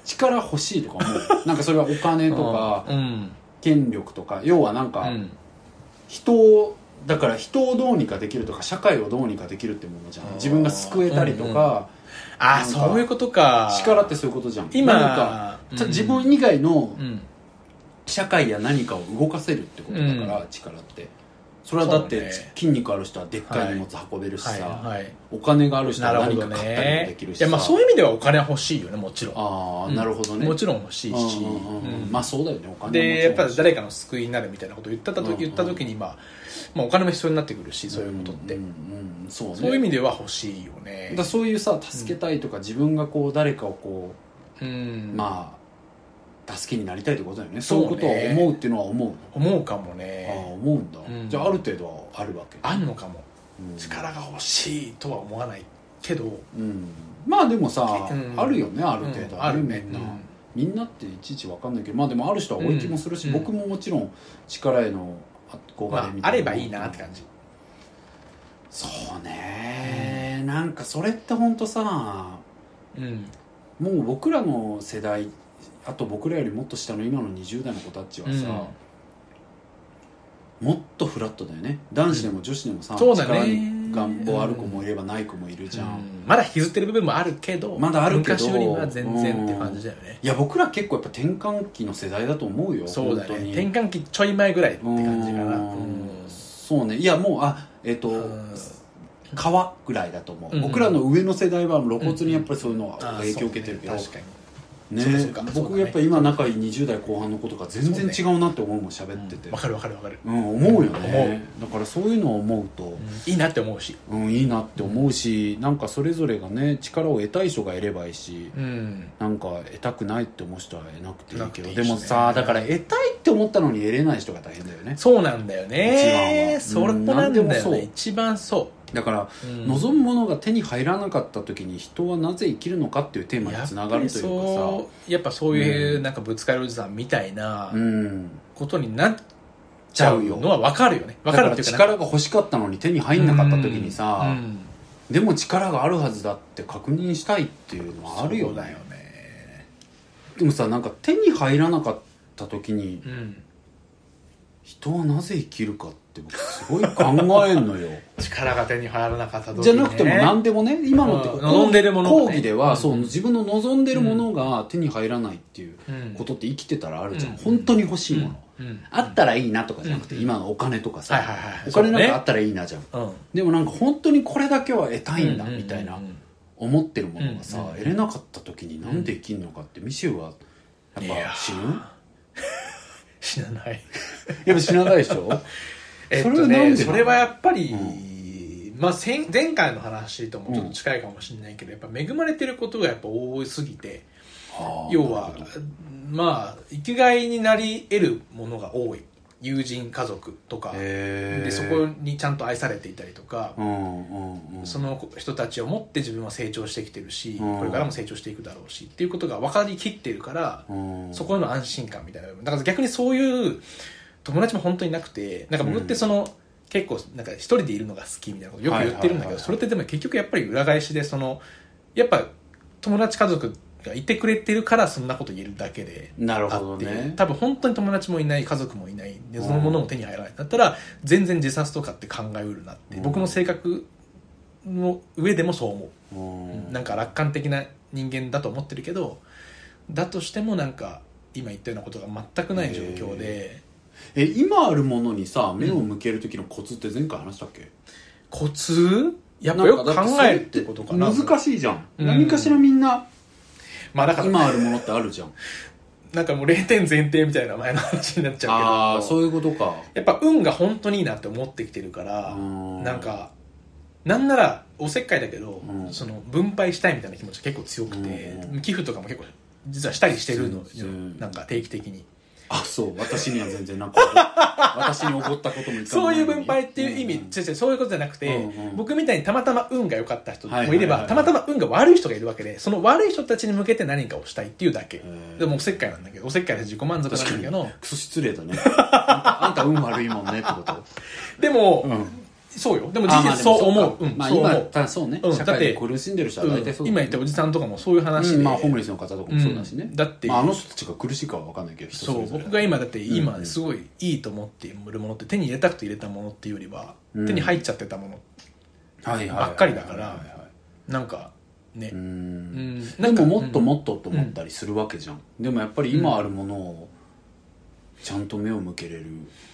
[SPEAKER 3] 力欲しいとか思う なんかそれはお金とか
[SPEAKER 2] うん
[SPEAKER 3] 権力とか要はなん
[SPEAKER 2] う
[SPEAKER 3] か
[SPEAKER 2] ん
[SPEAKER 3] 人をだから人をどうにかできるとか社会をどうにかできるってものじゃ
[SPEAKER 2] あ
[SPEAKER 3] ん
[SPEAKER 2] ー
[SPEAKER 3] 自分が救えたりとか、
[SPEAKER 2] あ
[SPEAKER 3] なん
[SPEAKER 2] あ
[SPEAKER 3] か
[SPEAKER 2] そういうことか
[SPEAKER 3] 力ってそういうことじゃん
[SPEAKER 2] 今
[SPEAKER 3] 何か、
[SPEAKER 2] うん
[SPEAKER 3] ちゃ自分以外の
[SPEAKER 2] うん
[SPEAKER 3] 社会や何かを動かせるってことだから、
[SPEAKER 2] う
[SPEAKER 3] 力ってそれはだっ
[SPEAKER 2] そう
[SPEAKER 3] て
[SPEAKER 2] ね
[SPEAKER 3] 筋肉ある人はでっかい荷物運べるしさ、
[SPEAKER 2] はいはい
[SPEAKER 3] お金がある人
[SPEAKER 2] な
[SPEAKER 3] は何
[SPEAKER 2] るほ
[SPEAKER 3] か
[SPEAKER 2] ど
[SPEAKER 3] 買ったりもで
[SPEAKER 2] ね
[SPEAKER 3] きるし
[SPEAKER 2] いやまあそう
[SPEAKER 3] う
[SPEAKER 2] いう意味ではお金は欲しいよねもちろん
[SPEAKER 3] ああ
[SPEAKER 2] うん
[SPEAKER 3] なるほどね、
[SPEAKER 2] もちろん欲しいし
[SPEAKER 3] うんうんうん
[SPEAKER 2] うん
[SPEAKER 3] まあそうだよねお金は
[SPEAKER 2] でやっぱり誰
[SPEAKER 3] か
[SPEAKER 2] かの救いになるみたいなことを言ったた
[SPEAKER 3] うんうん
[SPEAKER 2] 時言った時にまあまあお金も必要になってくるしそういうことって
[SPEAKER 3] うんうんそうね
[SPEAKER 2] そういう意味では欲しいよね
[SPEAKER 3] だからそういうさ助けたいとか、自分がこう誰かをこ
[SPEAKER 2] うん
[SPEAKER 3] うまあ助けになりたいってことだよね
[SPEAKER 2] そ
[SPEAKER 3] そうういう
[SPEAKER 2] ね
[SPEAKER 3] ことは思うっていうのは思う
[SPEAKER 2] 思うかも
[SPEAKER 3] ああ
[SPEAKER 2] ね
[SPEAKER 3] 思うんだ、
[SPEAKER 2] うん
[SPEAKER 3] じゃあある程度はあるわけ
[SPEAKER 2] あんのかも
[SPEAKER 3] うん
[SPEAKER 2] 力が欲しいとは思わないけど
[SPEAKER 3] うんまあでもさ、
[SPEAKER 2] うん
[SPEAKER 3] あるよねある程度、
[SPEAKER 2] うんある
[SPEAKER 3] み
[SPEAKER 2] ね
[SPEAKER 3] んな、
[SPEAKER 2] うん
[SPEAKER 3] みんなっていちいちわかんないけどまあでもある人は多い気もするし、
[SPEAKER 2] うん
[SPEAKER 3] 僕ももちろん力への憧れみた
[SPEAKER 2] まあ
[SPEAKER 3] いな、
[SPEAKER 2] あればいいなって感じ
[SPEAKER 3] そうね、なんかそれってほんとさ
[SPEAKER 2] うん
[SPEAKER 3] もう僕らの世代あと僕らよりもっと下の今の20代の子たちはさ、もっとフラットだよね男子でも女子でもさ、
[SPEAKER 2] そうだ
[SPEAKER 3] 力
[SPEAKER 2] ね
[SPEAKER 3] に願望ある子もいればない子もいるじゃん、
[SPEAKER 2] うんまだ引きずってる部分もあるけど
[SPEAKER 3] まだあるけど
[SPEAKER 2] 昔よりは全然って感じだよね
[SPEAKER 3] いや僕ら結構やっぱ転換期の世代だと思うよ
[SPEAKER 2] そうだ
[SPEAKER 3] 本当
[SPEAKER 2] ね
[SPEAKER 3] に
[SPEAKER 2] 転換期ちょい前ぐらいって感じかな
[SPEAKER 3] う
[SPEAKER 2] うん
[SPEAKER 3] んそうねいやもうあえっ、と、
[SPEAKER 2] うん
[SPEAKER 3] 川ぐらいだと思う、
[SPEAKER 2] うん
[SPEAKER 3] 僕らの上の世代は露骨にやっぱりそういうのは
[SPEAKER 2] あー
[SPEAKER 3] 影響を受けてるけど、
[SPEAKER 2] そうね確かに
[SPEAKER 3] ね
[SPEAKER 2] そうかそうかそう
[SPEAKER 3] 僕
[SPEAKER 2] だね
[SPEAKER 3] やっぱ今仲いい20代後半の子とか全然違うなって思うもん喋ってて
[SPEAKER 2] わかるわかるわかる、
[SPEAKER 3] うん、思うよねだからそういうのを思うと、
[SPEAKER 2] いいなって思うし
[SPEAKER 3] うんいいなって思うしなんかそれぞれがね力を得たい人が得ればいいし、
[SPEAKER 2] うん
[SPEAKER 3] なんか得たくないって思う人は得なくていいけど
[SPEAKER 2] なくていいしね
[SPEAKER 3] でもさだから得たいって思ったのに得れない人が大変だよね
[SPEAKER 2] そうなんだよね
[SPEAKER 3] 一番
[SPEAKER 2] そ
[SPEAKER 3] は
[SPEAKER 2] れ
[SPEAKER 3] うん
[SPEAKER 2] もなんだ
[SPEAKER 3] な
[SPEAKER 2] よ
[SPEAKER 3] んでもそう
[SPEAKER 2] ね一番そ
[SPEAKER 3] だから、
[SPEAKER 2] う、うん
[SPEAKER 3] 望むものが手に入らなかった時に人はなぜ生きるのかっていうテーマにつながるというか
[SPEAKER 2] やっぱり
[SPEAKER 3] さ
[SPEAKER 2] そうやっぱそういううなんかぶつかりおじさんみたいな
[SPEAKER 3] うん
[SPEAKER 2] ことになっちゃうのは分かるよね
[SPEAKER 3] だ
[SPEAKER 2] 分
[SPEAKER 3] か
[SPEAKER 2] かるっ
[SPEAKER 3] ら
[SPEAKER 2] ていうか
[SPEAKER 3] 力が欲しかったのに手に入んなかった時にさ、
[SPEAKER 2] うんうん
[SPEAKER 3] でも力があるはずだって確認したいっていうのはあるよ
[SPEAKER 2] そう
[SPEAKER 3] ね
[SPEAKER 2] だよね
[SPEAKER 3] でもさなんか手に入らなかった時に
[SPEAKER 2] うん
[SPEAKER 3] 人はなぜ生きるかって僕すごい考えんの よ
[SPEAKER 2] 力が手に入らなかった時ね
[SPEAKER 3] じゃなくても何でもね今のって
[SPEAKER 2] うん望んでるものがね
[SPEAKER 3] 講義では、
[SPEAKER 2] うん
[SPEAKER 3] そう自分の望んでるものが手に入らないっていうことって生きてたらあるじゃん、
[SPEAKER 2] うん
[SPEAKER 3] 本当に欲しいもの、
[SPEAKER 2] うんうん
[SPEAKER 3] あったらいいなとかじゃなくて、今のお金とかさ、
[SPEAKER 2] はいはいは
[SPEAKER 3] お金な
[SPEAKER 2] い
[SPEAKER 3] ん
[SPEAKER 2] そう
[SPEAKER 3] か
[SPEAKER 2] ね
[SPEAKER 3] あったらいいなじゃん、
[SPEAKER 2] うん
[SPEAKER 3] でもなんか本当にこれだけは得たいんだ
[SPEAKER 2] うん
[SPEAKER 3] みたいな
[SPEAKER 2] うんうん
[SPEAKER 3] 思ってるものがさ、
[SPEAKER 2] うんうん
[SPEAKER 3] 得れなかった時になんで生きんのかってミシューはや
[SPEAKER 2] い
[SPEAKER 3] っ
[SPEAKER 2] や
[SPEAKER 3] ぱ
[SPEAKER 2] ー
[SPEAKER 3] 死ぬ
[SPEAKER 2] 死なない
[SPEAKER 3] やっぱ死なないでし ょ
[SPEAKER 2] えっ と
[SPEAKER 3] それはなん
[SPEAKER 2] ね、
[SPEAKER 3] でなの
[SPEAKER 2] それはやっぱり、まあ、前前回の話ともちょっと近いかもしれないけど、やっぱ恵まれてることがやっぱ多すぎて
[SPEAKER 3] あー
[SPEAKER 2] 要はまあ生きがいになり得るものが多い友人家族とか、
[SPEAKER 3] へ
[SPEAKER 2] でそこにちゃんと愛されていたりとか、
[SPEAKER 3] うんうんうん
[SPEAKER 2] その人たちをもって自分は成長してきてるし、
[SPEAKER 3] うん
[SPEAKER 2] これからも成長していくだろうしっていうことが分かりきってるから、
[SPEAKER 3] うん
[SPEAKER 2] そこへの安心感みたいな部分だから逆にそういう友達も本当になくてなんか僕ってその、結構なんか一人でいるのが好きみたいなことよく言ってるんだ
[SPEAKER 3] はいはいはい
[SPEAKER 2] けど
[SPEAKER 3] はい
[SPEAKER 2] それってでも結局やっぱり裏返しでそのやっぱ友達家族がいてくれてるからそんなこと言えるだけで
[SPEAKER 3] なる
[SPEAKER 2] あ
[SPEAKER 3] ほど
[SPEAKER 2] って、
[SPEAKER 3] ね
[SPEAKER 2] 多分本当に友達もいない家族もいないでそのものも手に入らないだったら全然自殺とかって考えうるなって、
[SPEAKER 3] うん
[SPEAKER 2] 僕の性格の上でもそう思
[SPEAKER 3] う
[SPEAKER 2] う、
[SPEAKER 3] ん
[SPEAKER 2] なんか楽観的な人間だと思ってるけどだとしてもなんか今言ったようなことが全くない状況で
[SPEAKER 3] え今あるものにさ目を向ける時のコツって前回話したっけ、
[SPEAKER 2] コツやっぱ
[SPEAKER 3] なん
[SPEAKER 2] よ
[SPEAKER 3] か
[SPEAKER 2] く考
[SPEAKER 3] だ
[SPEAKER 2] えるってことかな
[SPEAKER 3] それって難しいじゃん、
[SPEAKER 2] うん
[SPEAKER 3] 何かしらみんな
[SPEAKER 2] まあだから
[SPEAKER 3] 今あるものってあるじゃん
[SPEAKER 2] なんかもう0点前提みたいな前の話になっちゃ
[SPEAKER 3] ああ
[SPEAKER 2] うけど
[SPEAKER 3] そういうことか
[SPEAKER 2] やっぱ運が本当にいいなって思ってきてるから
[SPEAKER 3] うん
[SPEAKER 2] なんかなんならおせっかいだけど、
[SPEAKER 3] うん
[SPEAKER 2] その分配したいみたいな気持ちが結構強くて、
[SPEAKER 3] う
[SPEAKER 2] 寄付とかも結構実はしたりしてるのよ
[SPEAKER 3] うん
[SPEAKER 2] なんか定期的に
[SPEAKER 3] あそう私には全然 なんか私に怒ったこともいかん
[SPEAKER 2] そ
[SPEAKER 3] な
[SPEAKER 2] ういう分配っていう意味、
[SPEAKER 3] ん
[SPEAKER 2] 違う違うそういうことじゃなくて、
[SPEAKER 3] うんうん
[SPEAKER 2] 僕みたいにたまたま運が良かった人もいれ
[SPEAKER 3] は
[SPEAKER 2] ば、
[SPEAKER 3] いはいはいはい
[SPEAKER 2] たまたま運が悪い人がいるわけでその悪い人たちに向けて何かをしたいっていうだけ
[SPEAKER 3] ー
[SPEAKER 2] でもおせっかいなんだけどおせっかいで自己満足なんだけど
[SPEAKER 3] クソ失礼だねあんた運悪いもんねってこと、
[SPEAKER 2] でも、
[SPEAKER 3] ん、
[SPEAKER 2] そうよでも
[SPEAKER 3] あ
[SPEAKER 2] 事
[SPEAKER 3] ま
[SPEAKER 2] 実
[SPEAKER 3] あでも
[SPEAKER 2] そう思
[SPEAKER 3] っ
[SPEAKER 2] う、
[SPEAKER 3] か
[SPEAKER 2] うん
[SPEAKER 3] まあ
[SPEAKER 2] そう
[SPEAKER 3] 今
[SPEAKER 2] 思
[SPEAKER 3] だ
[SPEAKER 2] う
[SPEAKER 3] ったらそうね、
[SPEAKER 2] うん
[SPEAKER 3] 社会で
[SPEAKER 2] だって
[SPEAKER 3] 苦しんでる人は
[SPEAKER 2] うん
[SPEAKER 3] 大体そうだ
[SPEAKER 2] 今
[SPEAKER 3] ね、
[SPEAKER 2] 言ったおじさんとかもそういう話で、
[SPEAKER 3] うんまあホームレスの方とかもそうだしね、
[SPEAKER 2] うんだって
[SPEAKER 3] まあ、あの人たちが苦しいかは分かんないけど人
[SPEAKER 2] そ
[SPEAKER 3] それ
[SPEAKER 2] う
[SPEAKER 3] ぞれ
[SPEAKER 2] 僕が今だって
[SPEAKER 3] うんう
[SPEAKER 2] 今
[SPEAKER 3] ん
[SPEAKER 2] すごいいいと思っているものって手に入れたくて入れたものっていうよりは
[SPEAKER 3] うん
[SPEAKER 2] 手に入っちゃってたもの
[SPEAKER 3] はいはいはい
[SPEAKER 2] ばっかりだから
[SPEAKER 3] はいはいはい
[SPEAKER 2] なんかね
[SPEAKER 3] う
[SPEAKER 2] うんん
[SPEAKER 3] で
[SPEAKER 2] なんか
[SPEAKER 3] ももっともっとと思ったりするわけじゃん、でもやっぱり今あるものをちゃんと目を向けれる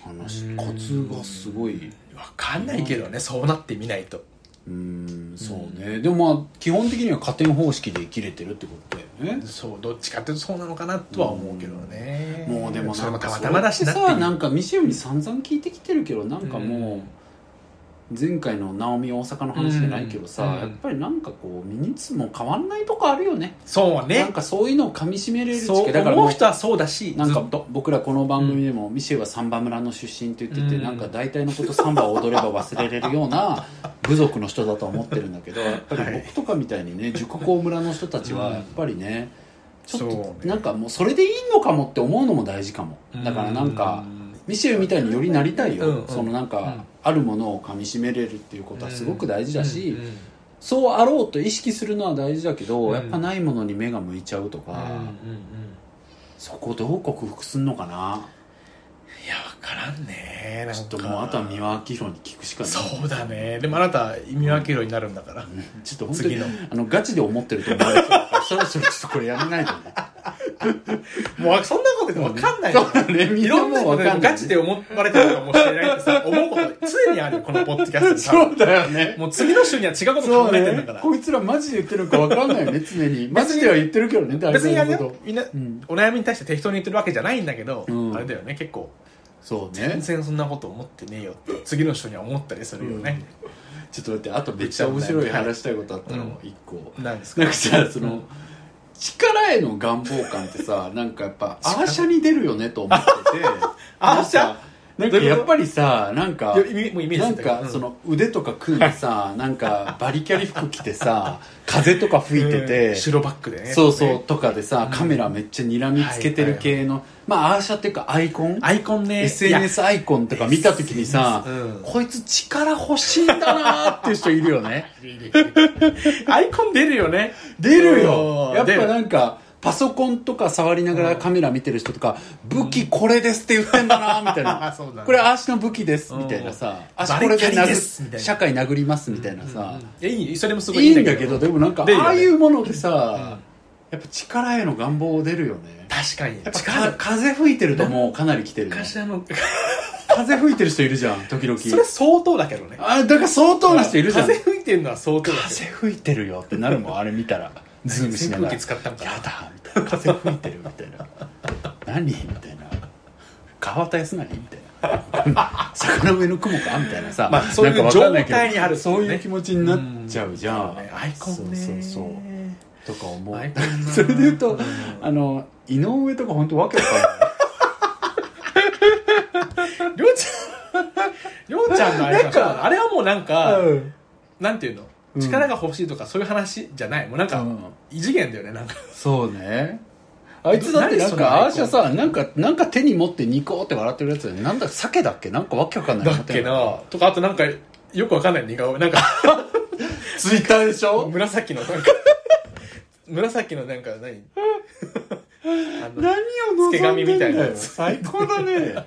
[SPEAKER 3] 話、
[SPEAKER 2] うん
[SPEAKER 3] コツがすごい
[SPEAKER 2] うんわかんないけどねそうなってみないと
[SPEAKER 3] うんそうね、でもまあ基本的には加点方式で生きれてるってことだよね
[SPEAKER 2] そうどっちかっていうとそうなのかなとは思うけどね
[SPEAKER 3] もうでも
[SPEAKER 2] それ
[SPEAKER 3] な
[SPEAKER 2] も
[SPEAKER 3] ん
[SPEAKER 2] た
[SPEAKER 3] か
[SPEAKER 2] ま
[SPEAKER 3] そ
[SPEAKER 2] たまだしなってい
[SPEAKER 3] れさ
[SPEAKER 2] う
[SPEAKER 3] なんかミシェルに散々聞いてきてるけどなんか
[SPEAKER 2] う
[SPEAKER 3] も
[SPEAKER 2] ん
[SPEAKER 3] う前回のナオミ大阪の話じゃないけどさ、
[SPEAKER 2] うん
[SPEAKER 3] やっぱりなんかこう身につも変わんないとこあるよね
[SPEAKER 2] そう
[SPEAKER 3] なん
[SPEAKER 2] ね
[SPEAKER 3] かそういうのをかみしめれる
[SPEAKER 2] そ
[SPEAKER 3] 力
[SPEAKER 2] う
[SPEAKER 3] だから
[SPEAKER 2] 思
[SPEAKER 3] も
[SPEAKER 2] う
[SPEAKER 3] う
[SPEAKER 2] 人はそうだし
[SPEAKER 3] なん
[SPEAKER 2] ず
[SPEAKER 3] か
[SPEAKER 2] っと
[SPEAKER 3] 僕らこの番組でも、ミシェルはサンバ村の出身って言ってて、
[SPEAKER 2] うん
[SPEAKER 3] なんか大体のことサンバを踊れば忘れれるような部族の人だと思ってるんだけどやっぱり僕とかみたいにね熟考村の人たちはやっぱりね、ちょ
[SPEAKER 2] そ
[SPEAKER 3] っ
[SPEAKER 2] う
[SPEAKER 3] と
[SPEAKER 2] ね
[SPEAKER 3] なんかもうそれでいいのかもって思うのも大事かもだからなんか、ミシェルみたいによりなりたいよ、
[SPEAKER 2] うんうん
[SPEAKER 3] そのなんか、
[SPEAKER 2] うん
[SPEAKER 3] あるものをかみしめれるっていうことはすごく大事だし、
[SPEAKER 2] うんうん
[SPEAKER 3] そうあろうと意識するのは大事だけど、
[SPEAKER 2] うん
[SPEAKER 3] やっぱないものに目が向いちゃうと
[SPEAKER 2] うんうん
[SPEAKER 3] か、
[SPEAKER 2] うん
[SPEAKER 3] そこどう克服すんのかない
[SPEAKER 2] やわからんねなんか
[SPEAKER 3] ちょっともうあとは三輪明宏に聞くしかない
[SPEAKER 2] そうだねでもあなた意味分けるようになるんだから
[SPEAKER 3] ちょっと本当に
[SPEAKER 2] 次の
[SPEAKER 3] あのガチで思ってると思われてるから そろそろちょっとこれやめないとね
[SPEAKER 2] もうそんなことでも分かんないよ
[SPEAKER 3] そうだねみ
[SPEAKER 2] い
[SPEAKER 3] んな
[SPEAKER 2] ろんな
[SPEAKER 3] もう
[SPEAKER 2] こ
[SPEAKER 3] わ
[SPEAKER 2] とで
[SPEAKER 3] かんない
[SPEAKER 2] ガチで思われてるかもしれないって さ思うこと常にあるよこのポッドキャスト
[SPEAKER 3] そ
[SPEAKER 2] に
[SPEAKER 3] うだよね
[SPEAKER 2] もう次の週には違うこと
[SPEAKER 3] そ
[SPEAKER 2] 考
[SPEAKER 3] う
[SPEAKER 2] えてるんだ
[SPEAKER 3] ね
[SPEAKER 2] から
[SPEAKER 3] こいつらマジで言ってるのかわかんないよね常にマジでは言ってるけどね大
[SPEAKER 2] 別にあ
[SPEAKER 3] 体
[SPEAKER 2] れ
[SPEAKER 3] のこ
[SPEAKER 2] だよ
[SPEAKER 3] と
[SPEAKER 2] みんな、
[SPEAKER 3] うん
[SPEAKER 2] お悩みに対して適当に言ってるわけじゃないんだけど、
[SPEAKER 3] うん
[SPEAKER 2] あれだよね結構
[SPEAKER 3] そうね
[SPEAKER 2] 全然そんなこと思ってねえよって次の人には思ったりするよね、
[SPEAKER 3] ちょっと待ってあとめっちゃ面白い話したいことあったの一個、
[SPEAKER 2] なんですか
[SPEAKER 3] なんかさその、力への願望感ってさなんかやっぱアーシャに出るよねと思 ってて
[SPEAKER 2] アーシャ
[SPEAKER 3] なんかなんかやっぱりさなんか
[SPEAKER 2] いやイメもうイメージ
[SPEAKER 3] なん
[SPEAKER 2] ついたけど
[SPEAKER 3] かその腕とか組んで さなんかバリキャリ服着てさ風とか吹いて
[SPEAKER 2] うん
[SPEAKER 3] て
[SPEAKER 2] 白バックでね
[SPEAKER 3] そうそう
[SPEAKER 2] ね
[SPEAKER 3] とかでさカメラめっちゃ睨みつけてる系のまあアーシャっていうかアイコン
[SPEAKER 2] アイコンね
[SPEAKER 3] SNS アイコンとか見た時にさ、
[SPEAKER 2] うん
[SPEAKER 3] こいつ力欲しいんだなーっていう人いるよ ね
[SPEAKER 2] いやアイコン出るよね
[SPEAKER 3] 出るよ
[SPEAKER 2] うん
[SPEAKER 3] やっ
[SPEAKER 2] 出
[SPEAKER 3] ぱ
[SPEAKER 2] る
[SPEAKER 3] なんかパソコンとか触りながらカメラ見てる人とか、武器これですって言ってんだなーみたいな
[SPEAKER 2] そうだね
[SPEAKER 3] これ足の武器ですみたいなさ足これで
[SPEAKER 2] バリキャリですみた
[SPEAKER 3] 殴
[SPEAKER 2] いな
[SPEAKER 3] 社会殴りますみたいなさ、
[SPEAKER 2] いやいいそれもすごい
[SPEAKER 3] いいんだけどでもなんか
[SPEAKER 2] 出るよね
[SPEAKER 3] ああいうものでさ、やっぱ力への願望出るよね
[SPEAKER 2] 確かに
[SPEAKER 3] やっぱ
[SPEAKER 2] 力
[SPEAKER 3] か風吹いてるともうかなり来てるね
[SPEAKER 2] かしらの
[SPEAKER 3] 風吹いてる人いるじゃん時々
[SPEAKER 2] それ相当だけどね
[SPEAKER 3] あだから相当な人いるじゃん
[SPEAKER 2] 風吹いてるのは相当だけ
[SPEAKER 3] 風吹いてるよってなるもんあれ見たらズームしながら
[SPEAKER 2] 扇風機使ったんかな
[SPEAKER 3] やだみたいな風吹いてるみたいな何みたいな川田康成みたいな坂の上の雲かみたいなさ、
[SPEAKER 2] まあそういう
[SPEAKER 3] なんかわかんなけど
[SPEAKER 2] 状態にあるっていうね
[SPEAKER 3] そういう気持ちになっちゃうじゃ
[SPEAKER 2] ど
[SPEAKER 3] ん
[SPEAKER 2] ねアイコンね
[SPEAKER 3] そうそうそうとか思う
[SPEAKER 2] アイコンな
[SPEAKER 3] それで言うと、
[SPEAKER 2] うん
[SPEAKER 3] あの井上とか本当わけわかんない
[SPEAKER 2] りょうちゃんのあれ
[SPEAKER 3] なん
[SPEAKER 2] は
[SPEAKER 3] か
[SPEAKER 2] あれ はもうなんか、
[SPEAKER 3] うん
[SPEAKER 2] なんていうの力が欲しいとかそういう話じゃないもうなんか、
[SPEAKER 3] うん
[SPEAKER 2] 異次元だよねなんか
[SPEAKER 3] そうねあいつだってなんかあー
[SPEAKER 2] 何そ
[SPEAKER 3] シ
[SPEAKER 2] のアイコン
[SPEAKER 3] ャさなんかなんか手に持ってニコって笑ってるやつだよねなんだ鮭だっけなんかわけわかんない
[SPEAKER 2] だっけなとかあとなんかよくわかんない似顔絵なんか
[SPEAKER 3] ツイッターでしょ
[SPEAKER 2] 紫のなんか紫のなんか 何あの
[SPEAKER 3] を
[SPEAKER 2] つけ髪みたいなやつ
[SPEAKER 3] 最高だ ね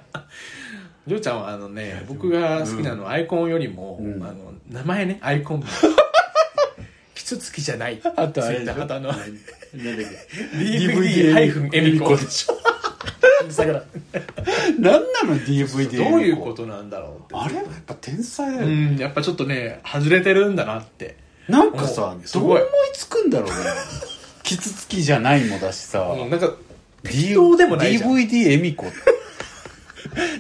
[SPEAKER 2] りょうちゃんはあのね僕が好きなのはアイコンよりも、
[SPEAKER 3] うん
[SPEAKER 2] あの名前ねアイコン キツツキじゃない
[SPEAKER 3] あとあれ
[SPEAKER 2] ツイ
[SPEAKER 3] でし
[SPEAKER 2] ッタ
[SPEAKER 3] ょ
[SPEAKER 2] ー肌の
[SPEAKER 3] なんだっけ
[SPEAKER 2] DVD- エミコ
[SPEAKER 3] でしょ
[SPEAKER 2] さくら
[SPEAKER 3] 何なの DVD
[SPEAKER 2] どういうことなんだろうって
[SPEAKER 3] あれはやっぱ天才だ
[SPEAKER 2] う
[SPEAKER 3] よね
[SPEAKER 2] んやっぱちょっとね外れてるんだなって
[SPEAKER 3] なんかさ
[SPEAKER 2] おす
[SPEAKER 3] どう
[SPEAKER 2] ご
[SPEAKER 3] 思
[SPEAKER 2] い
[SPEAKER 3] いつくんだろう ねキツツキじゃないもだしさ
[SPEAKER 2] うんなんか
[SPEAKER 3] D-
[SPEAKER 2] 適当でもないじゃん
[SPEAKER 3] DVD エミコ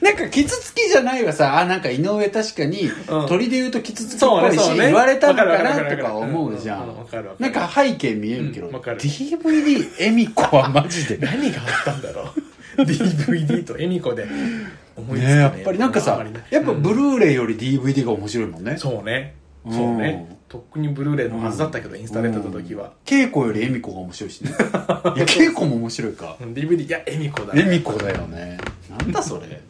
[SPEAKER 3] なんかキツツキじゃないはさあなんか井上確かに、
[SPEAKER 2] ん
[SPEAKER 3] 鳥で言うとキツツキっ
[SPEAKER 2] そう
[SPEAKER 3] ぽ
[SPEAKER 2] ね
[SPEAKER 3] いし、
[SPEAKER 2] そうね
[SPEAKER 3] 言われたの
[SPEAKER 2] わ
[SPEAKER 3] か
[SPEAKER 2] かるわかるわか
[SPEAKER 3] な
[SPEAKER 2] る
[SPEAKER 3] とか思うじゃ
[SPEAKER 2] うんうん
[SPEAKER 3] ん
[SPEAKER 2] わかるわか
[SPEAKER 3] なん
[SPEAKER 2] る
[SPEAKER 3] か背景見えるけど、
[SPEAKER 2] うんわかる
[SPEAKER 3] DVD エミコはマジでね
[SPEAKER 2] 何があったんだろ う DVD とエミコで思いつくね
[SPEAKER 3] やっぱりなんか
[SPEAKER 2] あ
[SPEAKER 3] さ
[SPEAKER 2] まりね
[SPEAKER 3] やっぱ
[SPEAKER 2] うん
[SPEAKER 3] ブルーレイより DVD が面白いもんね
[SPEAKER 2] そうね
[SPEAKER 3] うん
[SPEAKER 2] そうねとっくにブルーレイのはずだったけどインスタでやってた時は
[SPEAKER 3] 稽古より恵美子が面白いし ねいや稽古も面白いか
[SPEAKER 2] うん DVD いやエミコだ
[SPEAKER 3] 恵美子だよねなんだそれ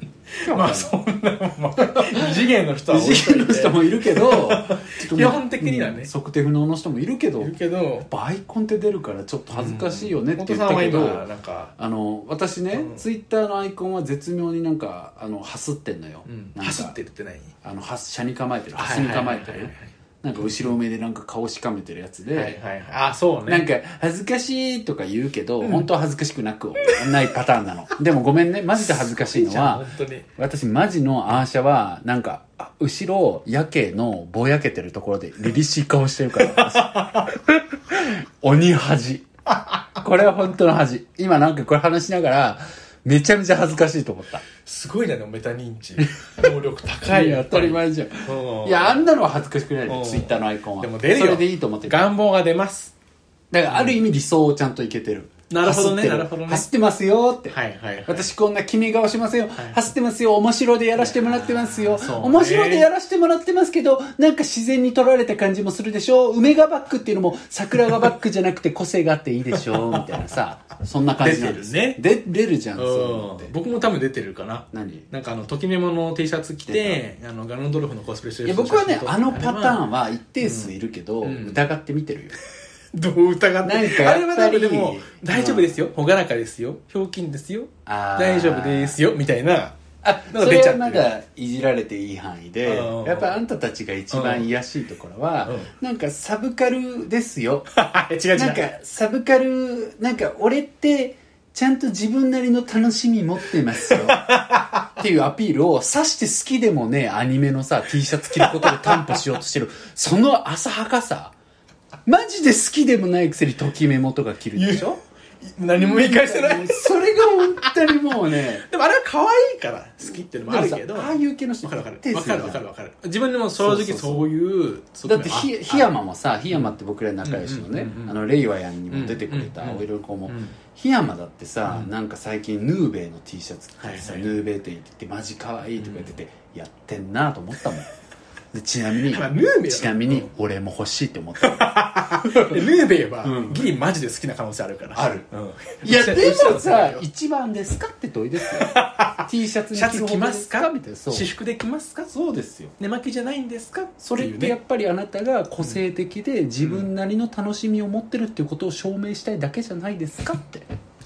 [SPEAKER 2] まあそんなもん異次元の人は置い
[SPEAKER 3] 異
[SPEAKER 2] と
[SPEAKER 3] 次
[SPEAKER 2] いて
[SPEAKER 3] 元の人 もいるけ ど
[SPEAKER 2] 基本的にはね
[SPEAKER 3] うん測定不能の人もいるけど
[SPEAKER 2] い
[SPEAKER 3] や
[SPEAKER 2] るけど
[SPEAKER 3] っぱアイコンって出るからちょっと恥ずかしいよねっ
[SPEAKER 2] 本
[SPEAKER 3] て
[SPEAKER 2] 当
[SPEAKER 3] 言
[SPEAKER 2] さ
[SPEAKER 3] った
[SPEAKER 2] んは
[SPEAKER 3] けど、
[SPEAKER 2] 今なんか
[SPEAKER 3] あの私ね、
[SPEAKER 2] うん
[SPEAKER 3] ツイッターのアイコンは絶妙になんかあのハスってんのよ、
[SPEAKER 2] うん
[SPEAKER 3] なんか
[SPEAKER 2] 走ってるってない
[SPEAKER 3] あのハス車に構えてるハスに構えてるなんか後ろ目でなんか顔しかめてるやつで、
[SPEAKER 2] はいはいはいあそうね
[SPEAKER 3] なんか恥ずかしいとか言うけど、本当は恥ずかしくなくないパターンなのでもごめんねマジで恥ずか しいのは
[SPEAKER 2] 本当に
[SPEAKER 3] 私マジのアーシャはなんかあ後ろやけのぼやけてるところで凛々しい顔してるから鬼恥これは本当の恥今なんかこれ話しながらめちゃめちゃ恥ずかしいと思った
[SPEAKER 2] すごいなでもメタ認 知能力高い
[SPEAKER 3] いや当たり前じゃん
[SPEAKER 2] うん
[SPEAKER 3] いやあんなのは恥ずかしくないで
[SPEAKER 2] うん
[SPEAKER 3] ツイッターのアイコンは
[SPEAKER 2] でも出るよ
[SPEAKER 3] それでいいと思ってる
[SPEAKER 2] 願望が出ます
[SPEAKER 3] だからある意味理想をちゃんといけてる
[SPEAKER 2] なるほどね
[SPEAKER 3] 走って
[SPEAKER 2] なるほどね
[SPEAKER 3] 走ってますよって
[SPEAKER 2] はいはいはい
[SPEAKER 3] 私こんな決め顔しませんよ、
[SPEAKER 2] い
[SPEAKER 3] 走ってますよ面白でやらせてもらってますよ、
[SPEAKER 2] そうね
[SPEAKER 3] 面白でやらせてもらってますけどなんか自然に取られた感じもするでしょ梅がバックっていうのも桜がバックじゃなくて個性があっていいでしょみたいなさそんな感じなんです
[SPEAKER 2] 出てるね
[SPEAKER 3] で出るじゃんそういうのって
[SPEAKER 2] うん僕も多分出てるかな
[SPEAKER 3] 何
[SPEAKER 2] なんかあのときめもの T シャツ着てあのガノンドルフのコスプレして
[SPEAKER 3] い
[SPEAKER 2] る
[SPEAKER 3] や
[SPEAKER 2] 人
[SPEAKER 3] 僕はね
[SPEAKER 2] 写真撮っ
[SPEAKER 3] あ
[SPEAKER 2] て
[SPEAKER 3] のパターンは一定数いるけど、
[SPEAKER 2] うん
[SPEAKER 3] 疑って見てるよ、
[SPEAKER 2] どう疑って
[SPEAKER 3] なんか
[SPEAKER 2] あれは多分で
[SPEAKER 3] やっ
[SPEAKER 2] も
[SPEAKER 3] ぱり
[SPEAKER 2] 大丈夫ですよ朗らかですよひょうきんですよ
[SPEAKER 3] あー
[SPEAKER 2] 大丈夫ですよみたいな
[SPEAKER 3] あ
[SPEAKER 2] な
[SPEAKER 3] そ
[SPEAKER 2] んか出
[SPEAKER 3] れ
[SPEAKER 2] ちゃっ
[SPEAKER 3] は
[SPEAKER 2] てる
[SPEAKER 3] まだいじられていい範囲で
[SPEAKER 2] うん
[SPEAKER 3] やっぱあんたたちが一番癒やしいところは、
[SPEAKER 2] うん
[SPEAKER 3] なんかサブカルですよ
[SPEAKER 2] 違う違う
[SPEAKER 3] なんかサブカルなんか俺ってちゃんと自分なりの楽しみ持ってます よっていうアピールをさして好きでもねえアニメのさ T シャツ着ることで担保しようとしてるその浅はかさマジで好きでもないくせにときめもとか着るでしょ
[SPEAKER 2] 何も言い返してない
[SPEAKER 3] もうそれが本当にもうね
[SPEAKER 2] でもあれは可愛いから好きっていうのもあるけ
[SPEAKER 3] で
[SPEAKER 2] ど
[SPEAKER 3] もさああいう系の人
[SPEAKER 2] わかるわか
[SPEAKER 3] 一定
[SPEAKER 2] るわ
[SPEAKER 3] 数い
[SPEAKER 2] か
[SPEAKER 3] るじゃ
[SPEAKER 2] る
[SPEAKER 3] ん
[SPEAKER 2] わかるわかる自分でも正直そういう
[SPEAKER 3] だってひ
[SPEAKER 2] あ
[SPEAKER 3] 檜山もさ檜山って僕ら仲良しのね
[SPEAKER 2] うんうんうんうん
[SPEAKER 3] あの令和やんにも出てくれた
[SPEAKER 2] うんうんうん
[SPEAKER 3] お色子も
[SPEAKER 2] うん
[SPEAKER 3] 檜山だってさなんか最近ヌーベイの T シャツ着てさ
[SPEAKER 2] はい
[SPEAKER 3] ヌ
[SPEAKER 2] はい
[SPEAKER 3] ーベイ店行ってマジ可愛いとか言っててやってんなと思ったもんでちなみ に
[SPEAKER 2] まあヌーベイは
[SPEAKER 3] ちなみに俺も欲 しいって思った
[SPEAKER 2] でヌーベイは
[SPEAKER 3] うん
[SPEAKER 2] ギリマジで好きな可能性あるから
[SPEAKER 3] ある
[SPEAKER 2] うん
[SPEAKER 3] いや
[SPEAKER 2] うち
[SPEAKER 3] で
[SPEAKER 2] は
[SPEAKER 3] も
[SPEAKER 2] うちは
[SPEAKER 3] さ一番ですかって問いです よ T シャツに
[SPEAKER 2] シャ
[SPEAKER 3] 着
[SPEAKER 2] ツ着
[SPEAKER 3] るほど
[SPEAKER 2] ま
[SPEAKER 3] ですす
[SPEAKER 2] か
[SPEAKER 3] みたいなそう
[SPEAKER 2] 私服で着ますか
[SPEAKER 3] そうですよ
[SPEAKER 2] 寝巻きじゃないんですか
[SPEAKER 3] それっ
[SPEAKER 2] いう
[SPEAKER 3] て
[SPEAKER 2] ね
[SPEAKER 3] やっぱりあなたが個性的で自分なりの楽しみを持ってるっていうことを証明したいだけじゃないですかって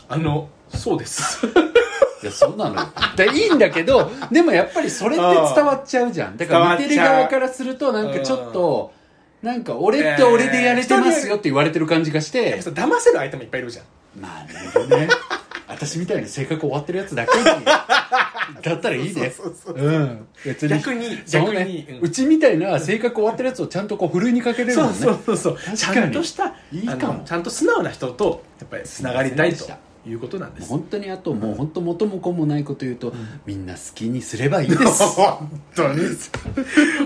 [SPEAKER 2] あのそうです
[SPEAKER 3] いやそうなのよだいいんだけどでもやっぱりそれって伝わっちゃうじゃんだから見てる側からするとなんかちょっとなんか俺って俺でやれてますよって言われてる感じがして
[SPEAKER 2] そう騙せる相手もいっぱいいるじゃん
[SPEAKER 3] まあねね私みたいに性格終わってるやつだけにだったらいいね
[SPEAKER 2] そうそう
[SPEAKER 3] うん別に
[SPEAKER 2] 逆に
[SPEAKER 3] そう
[SPEAKER 2] 逆に
[SPEAKER 3] ね
[SPEAKER 2] うん
[SPEAKER 3] うちみたいな性格終わってるやつをちゃんとこうふるいにかけれるもん
[SPEAKER 2] そう
[SPEAKER 3] ね
[SPEAKER 2] そうそうそう
[SPEAKER 3] に
[SPEAKER 2] ちゃんとした
[SPEAKER 3] いいかも
[SPEAKER 2] あのちゃんと素直な人とやっぱりつながりたい
[SPEAKER 3] す
[SPEAKER 2] と
[SPEAKER 3] いま
[SPEAKER 2] いうことなんで
[SPEAKER 3] もう
[SPEAKER 2] す
[SPEAKER 3] 本当にあともう本当元も子もないこと言うと、みんな好きにすればいいです
[SPEAKER 2] 当に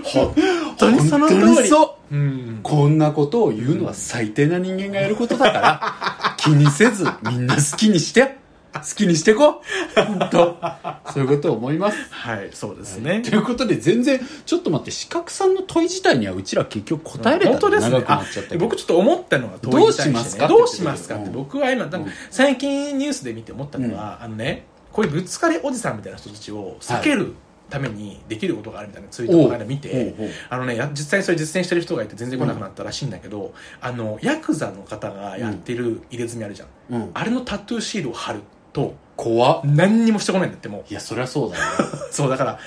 [SPEAKER 2] 本当にその通り、
[SPEAKER 3] 本当にそう
[SPEAKER 2] ん、
[SPEAKER 3] こんなことを言うのは最低な人間がやることだから気にせずみんな好きにしてきにしてこ本当そういうことを思います
[SPEAKER 2] はい、そうですね。
[SPEAKER 3] ということで全然ちょっと待って四角さんの問い自体にはうちら結局答えれた
[SPEAKER 2] 本当ですね
[SPEAKER 3] 長くな
[SPEAKER 2] あ
[SPEAKER 3] っちゃったけど
[SPEAKER 2] 僕ちょっと思ったのが
[SPEAKER 3] どうしますか
[SPEAKER 2] どうしますかって
[SPEAKER 3] うん
[SPEAKER 2] 僕は今なんか
[SPEAKER 3] うん
[SPEAKER 2] 最近ニュースで見て思ったのは、あのねこういうぶつかりおじさんみたいな人たちを避けるためにできることがあるみたいなツイートを
[SPEAKER 3] おう
[SPEAKER 2] 僕ら見て、
[SPEAKER 3] おうおう
[SPEAKER 2] あのねや実際にそれ実践してる人がいて全然来なくなったらしいんだけど、あのヤクザの方がやってる入れ墨あるじゃん、
[SPEAKER 3] うん
[SPEAKER 2] あれのタトゥーシールを貼ると
[SPEAKER 3] 怖っ
[SPEAKER 2] 何にもしてこないんだっても
[SPEAKER 3] いやそりゃそうだよ
[SPEAKER 2] うそうだから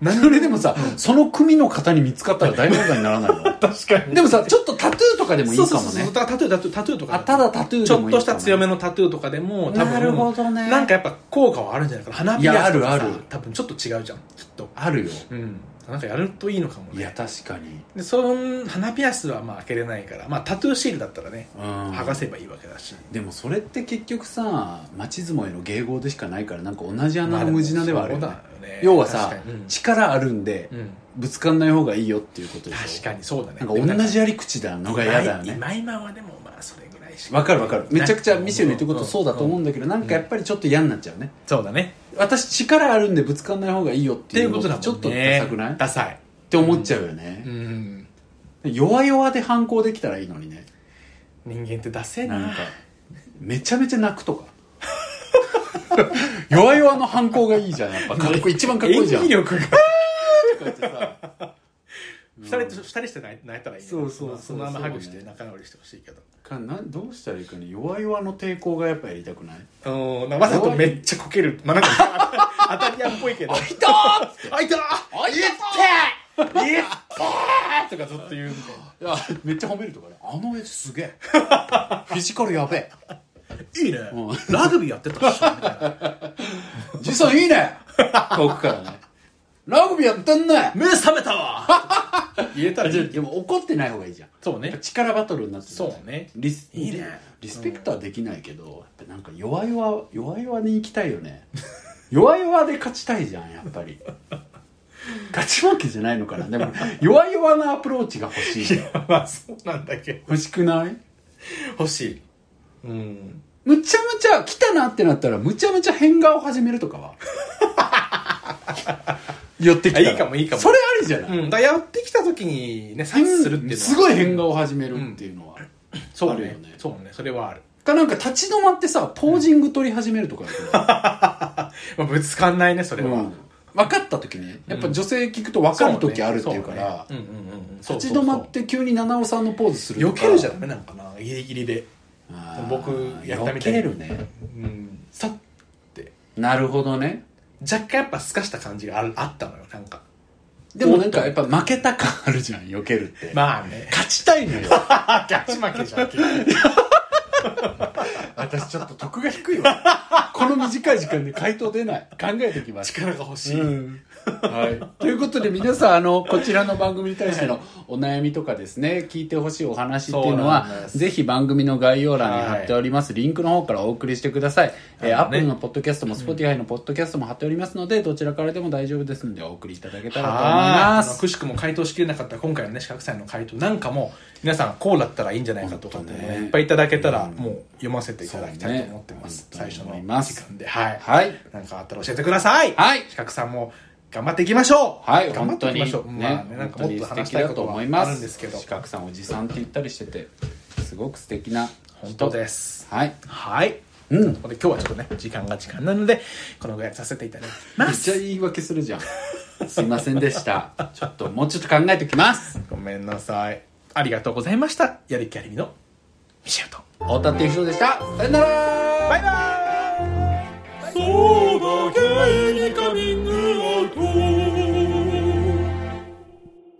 [SPEAKER 3] 何よりでもさ、その組の方に見つかったら大問題にならないの
[SPEAKER 2] 確かに
[SPEAKER 3] でもさちょっとタトゥーとかでもいいか
[SPEAKER 2] そう
[SPEAKER 3] もね
[SPEAKER 2] そうそうそうだからタトゥータトゥータトゥーとか
[SPEAKER 3] あただタトゥー
[SPEAKER 2] ち
[SPEAKER 3] で
[SPEAKER 2] ょ
[SPEAKER 3] もいいかも
[SPEAKER 2] っ
[SPEAKER 3] ね
[SPEAKER 2] とした強めのタトゥーとかでも多分
[SPEAKER 3] なるほどね
[SPEAKER 2] なんかやっぱ効果はあるんじゃないかな花火
[SPEAKER 3] いや
[SPEAKER 2] やとかさ
[SPEAKER 3] あるある
[SPEAKER 2] 多分ちょっと違うじゃんきっと
[SPEAKER 3] あるよ
[SPEAKER 2] うんなんかやるといいのかも
[SPEAKER 3] いや
[SPEAKER 2] ね
[SPEAKER 3] 確かに
[SPEAKER 2] でその花ピアスはまあ開けれないから、まあ、タトゥーシールだったらね
[SPEAKER 3] うん
[SPEAKER 2] 剥がせばいいわけだし
[SPEAKER 3] でもそれって結局さ町相撲への迎合でしかないからなんか同じ穴の無地なではあるよね
[SPEAKER 2] まあでもそうだよね
[SPEAKER 3] 要はさ
[SPEAKER 2] 確かにうん
[SPEAKER 3] 力あるんで、
[SPEAKER 2] うん
[SPEAKER 3] ぶつかんない方がいいよっていうことでしょ
[SPEAKER 2] 確かにそうだね
[SPEAKER 3] なんか同じやり口だのが嫌だよね
[SPEAKER 2] 今今今はでもまあそれぐらいし
[SPEAKER 3] わかるわかるめちゃくちゃ店の言ってることそうだと思うんんだけどなんかやっぱりちょっと嫌になっちゃうね
[SPEAKER 2] そうだね
[SPEAKER 3] 私力あるんでぶつかんない方がいいよっ
[SPEAKER 2] ってて
[SPEAKER 3] い
[SPEAKER 2] いううことだ
[SPEAKER 3] の
[SPEAKER 2] もんね
[SPEAKER 3] ちょっとダサくないっ
[SPEAKER 2] ダサい
[SPEAKER 3] て思っちゃうよね
[SPEAKER 2] うん
[SPEAKER 3] 弱々で反抗できたらいいのにね
[SPEAKER 2] 人間ってダセえな
[SPEAKER 3] なんかめちゃめちゃ泣くとか 弱々の反抗がいいじゃんやっぱかっこいい一番かっこいいじゃん
[SPEAKER 2] 演技力が
[SPEAKER 3] とかってさ
[SPEAKER 2] 二人と二人して泣い泣いたらいいね
[SPEAKER 3] そうそうそう
[SPEAKER 2] そのままハグし
[SPEAKER 3] そう
[SPEAKER 2] て
[SPEAKER 3] ね
[SPEAKER 2] 仲直りしてほしいけど
[SPEAKER 3] かなんどうしたらいいかね弱々の抵抗がやっぱやりたくない
[SPEAKER 2] うんわざとめっちゃこけるまあなんか当たり屋っぽいけど「あいたー!」あいたー
[SPEAKER 3] あいって
[SPEAKER 2] 「いえっー!」とかずっと言うみたいない
[SPEAKER 3] やめっちゃ褒めるとかねあの絵すげえフィジカルやべえ
[SPEAKER 2] いいねラグビーやってたっしょみたいな
[SPEAKER 3] じいさんいいね遠くからねラグビーやってんね
[SPEAKER 2] 目覚めたわ言えたらいい
[SPEAKER 3] でも怒ってない方がいいじゃん
[SPEAKER 2] そう
[SPEAKER 3] やっ
[SPEAKER 2] ね
[SPEAKER 3] ぱ力バトルになってる
[SPEAKER 2] そうね
[SPEAKER 3] リス
[SPEAKER 2] いいね
[SPEAKER 3] リスペクトはできないけど、やっぱなんか弱々弱々に行きたいよね 弱々で勝ちたいじゃんやっぱ り勝ち負けじゃないのかなでも弱々なアプローチが欲しいよ
[SPEAKER 2] まあそうなんだけど
[SPEAKER 3] 欲しくない
[SPEAKER 2] 欲しいうん
[SPEAKER 3] むちゃむちゃ来たなってなったらむちゃむちゃ変顔始めるとか は寄ってきたら
[SPEAKER 2] あいいかもいいかも
[SPEAKER 3] それありじゃない、
[SPEAKER 2] うん、だからやってきた時にね察知するっていうのは
[SPEAKER 3] すごい変顔始めるっていうのは、
[SPEAKER 2] そう
[SPEAKER 3] ある
[SPEAKER 2] ね
[SPEAKER 3] よね
[SPEAKER 2] そうねそれはある、
[SPEAKER 3] かなんか立ち止まってさポージング取り始めるとかや
[SPEAKER 2] まあ、ぶつかんないねそ
[SPEAKER 3] け
[SPEAKER 2] れ
[SPEAKER 3] ど、
[SPEAKER 2] は、
[SPEAKER 3] うん分かった時ねやっぱ女性聞くと分かる時あるっていうから
[SPEAKER 2] そうねそうねうんうんうんそ
[SPEAKER 3] 立
[SPEAKER 2] うそう
[SPEAKER 3] ち
[SPEAKER 2] そう
[SPEAKER 3] 止まって急に七尾さんのポーズすると
[SPEAKER 2] 避
[SPEAKER 3] か
[SPEAKER 2] けるじゃダメなんかなギリギリで、
[SPEAKER 3] あー
[SPEAKER 2] 僕やったみたいに
[SPEAKER 3] 避けるね
[SPEAKER 2] うん、さって
[SPEAKER 3] なるほどね
[SPEAKER 2] 若干やっぱすかした感じがあるあったのよなんか
[SPEAKER 3] でもなんかやっぱ負けた感あるじゃん避けるっ て、
[SPEAKER 2] まあね
[SPEAKER 3] 勝ちたいのよ
[SPEAKER 2] 勝ち負けじゃん
[SPEAKER 3] 私ちょっと得が低い わこの短い時間で回答出ない考えてきます
[SPEAKER 2] 力が欲しい、
[SPEAKER 3] うんはい、ということで皆さんあのこちらの番組に対してのお悩みとかですね聞いてほしいお話っていうのは
[SPEAKER 2] そうなんです
[SPEAKER 3] ぜひ番組の概要欄に貼っております、リンクの方からお送りしてください、えー、
[SPEAKER 2] あのね
[SPEAKER 3] Apple のポッドキャストも Spotify のポッドキャストも貼っておりますのでどちらからでも大丈夫ですのでお送りいただけたらと思い
[SPEAKER 2] は
[SPEAKER 3] ま
[SPEAKER 2] いあの
[SPEAKER 3] す
[SPEAKER 2] くしくも回答しきれなかった今回のね四角さんの回答なんかも皆さんこうだったらいいんじゃないかとかっていうのをね
[SPEAKER 3] 本当ね
[SPEAKER 2] いっぱいいただけたらもう読ませていただきた
[SPEAKER 3] そ
[SPEAKER 2] い
[SPEAKER 3] うね
[SPEAKER 2] と思ってます、
[SPEAKER 3] 本当
[SPEAKER 2] 最
[SPEAKER 3] に
[SPEAKER 2] 初
[SPEAKER 3] 思い
[SPEAKER 2] の
[SPEAKER 3] ます
[SPEAKER 2] 時間ではい、
[SPEAKER 3] はい
[SPEAKER 2] なんかあったら教えてください
[SPEAKER 3] はい
[SPEAKER 2] 四角さんも頑張っていきましょう
[SPEAKER 3] はい、
[SPEAKER 2] 頑張
[SPEAKER 3] 本
[SPEAKER 2] って
[SPEAKER 3] 当
[SPEAKER 2] い
[SPEAKER 3] に
[SPEAKER 2] きましょ
[SPEAKER 3] ね、
[SPEAKER 2] う、まあねなんかもっと話したいことはあるんですけど
[SPEAKER 3] 四角さんおじさんって言ったりしてて、すごく素敵な
[SPEAKER 2] 本当です
[SPEAKER 3] はい。
[SPEAKER 2] はい
[SPEAKER 3] うん。
[SPEAKER 2] で今日はちょっとね時間が時間なのでこのぐらいさせていただきま
[SPEAKER 3] めっちゃ
[SPEAKER 2] す
[SPEAKER 3] 言い訳するじゃん。すいませんでした。ちょっともうちょっと考えておきます。
[SPEAKER 2] ごめんなさいありがとうございましたやる気ありみのミシェルと
[SPEAKER 3] 太田って人でした。さよなら
[SPEAKER 2] バイバイ
[SPEAKER 1] そうだけにか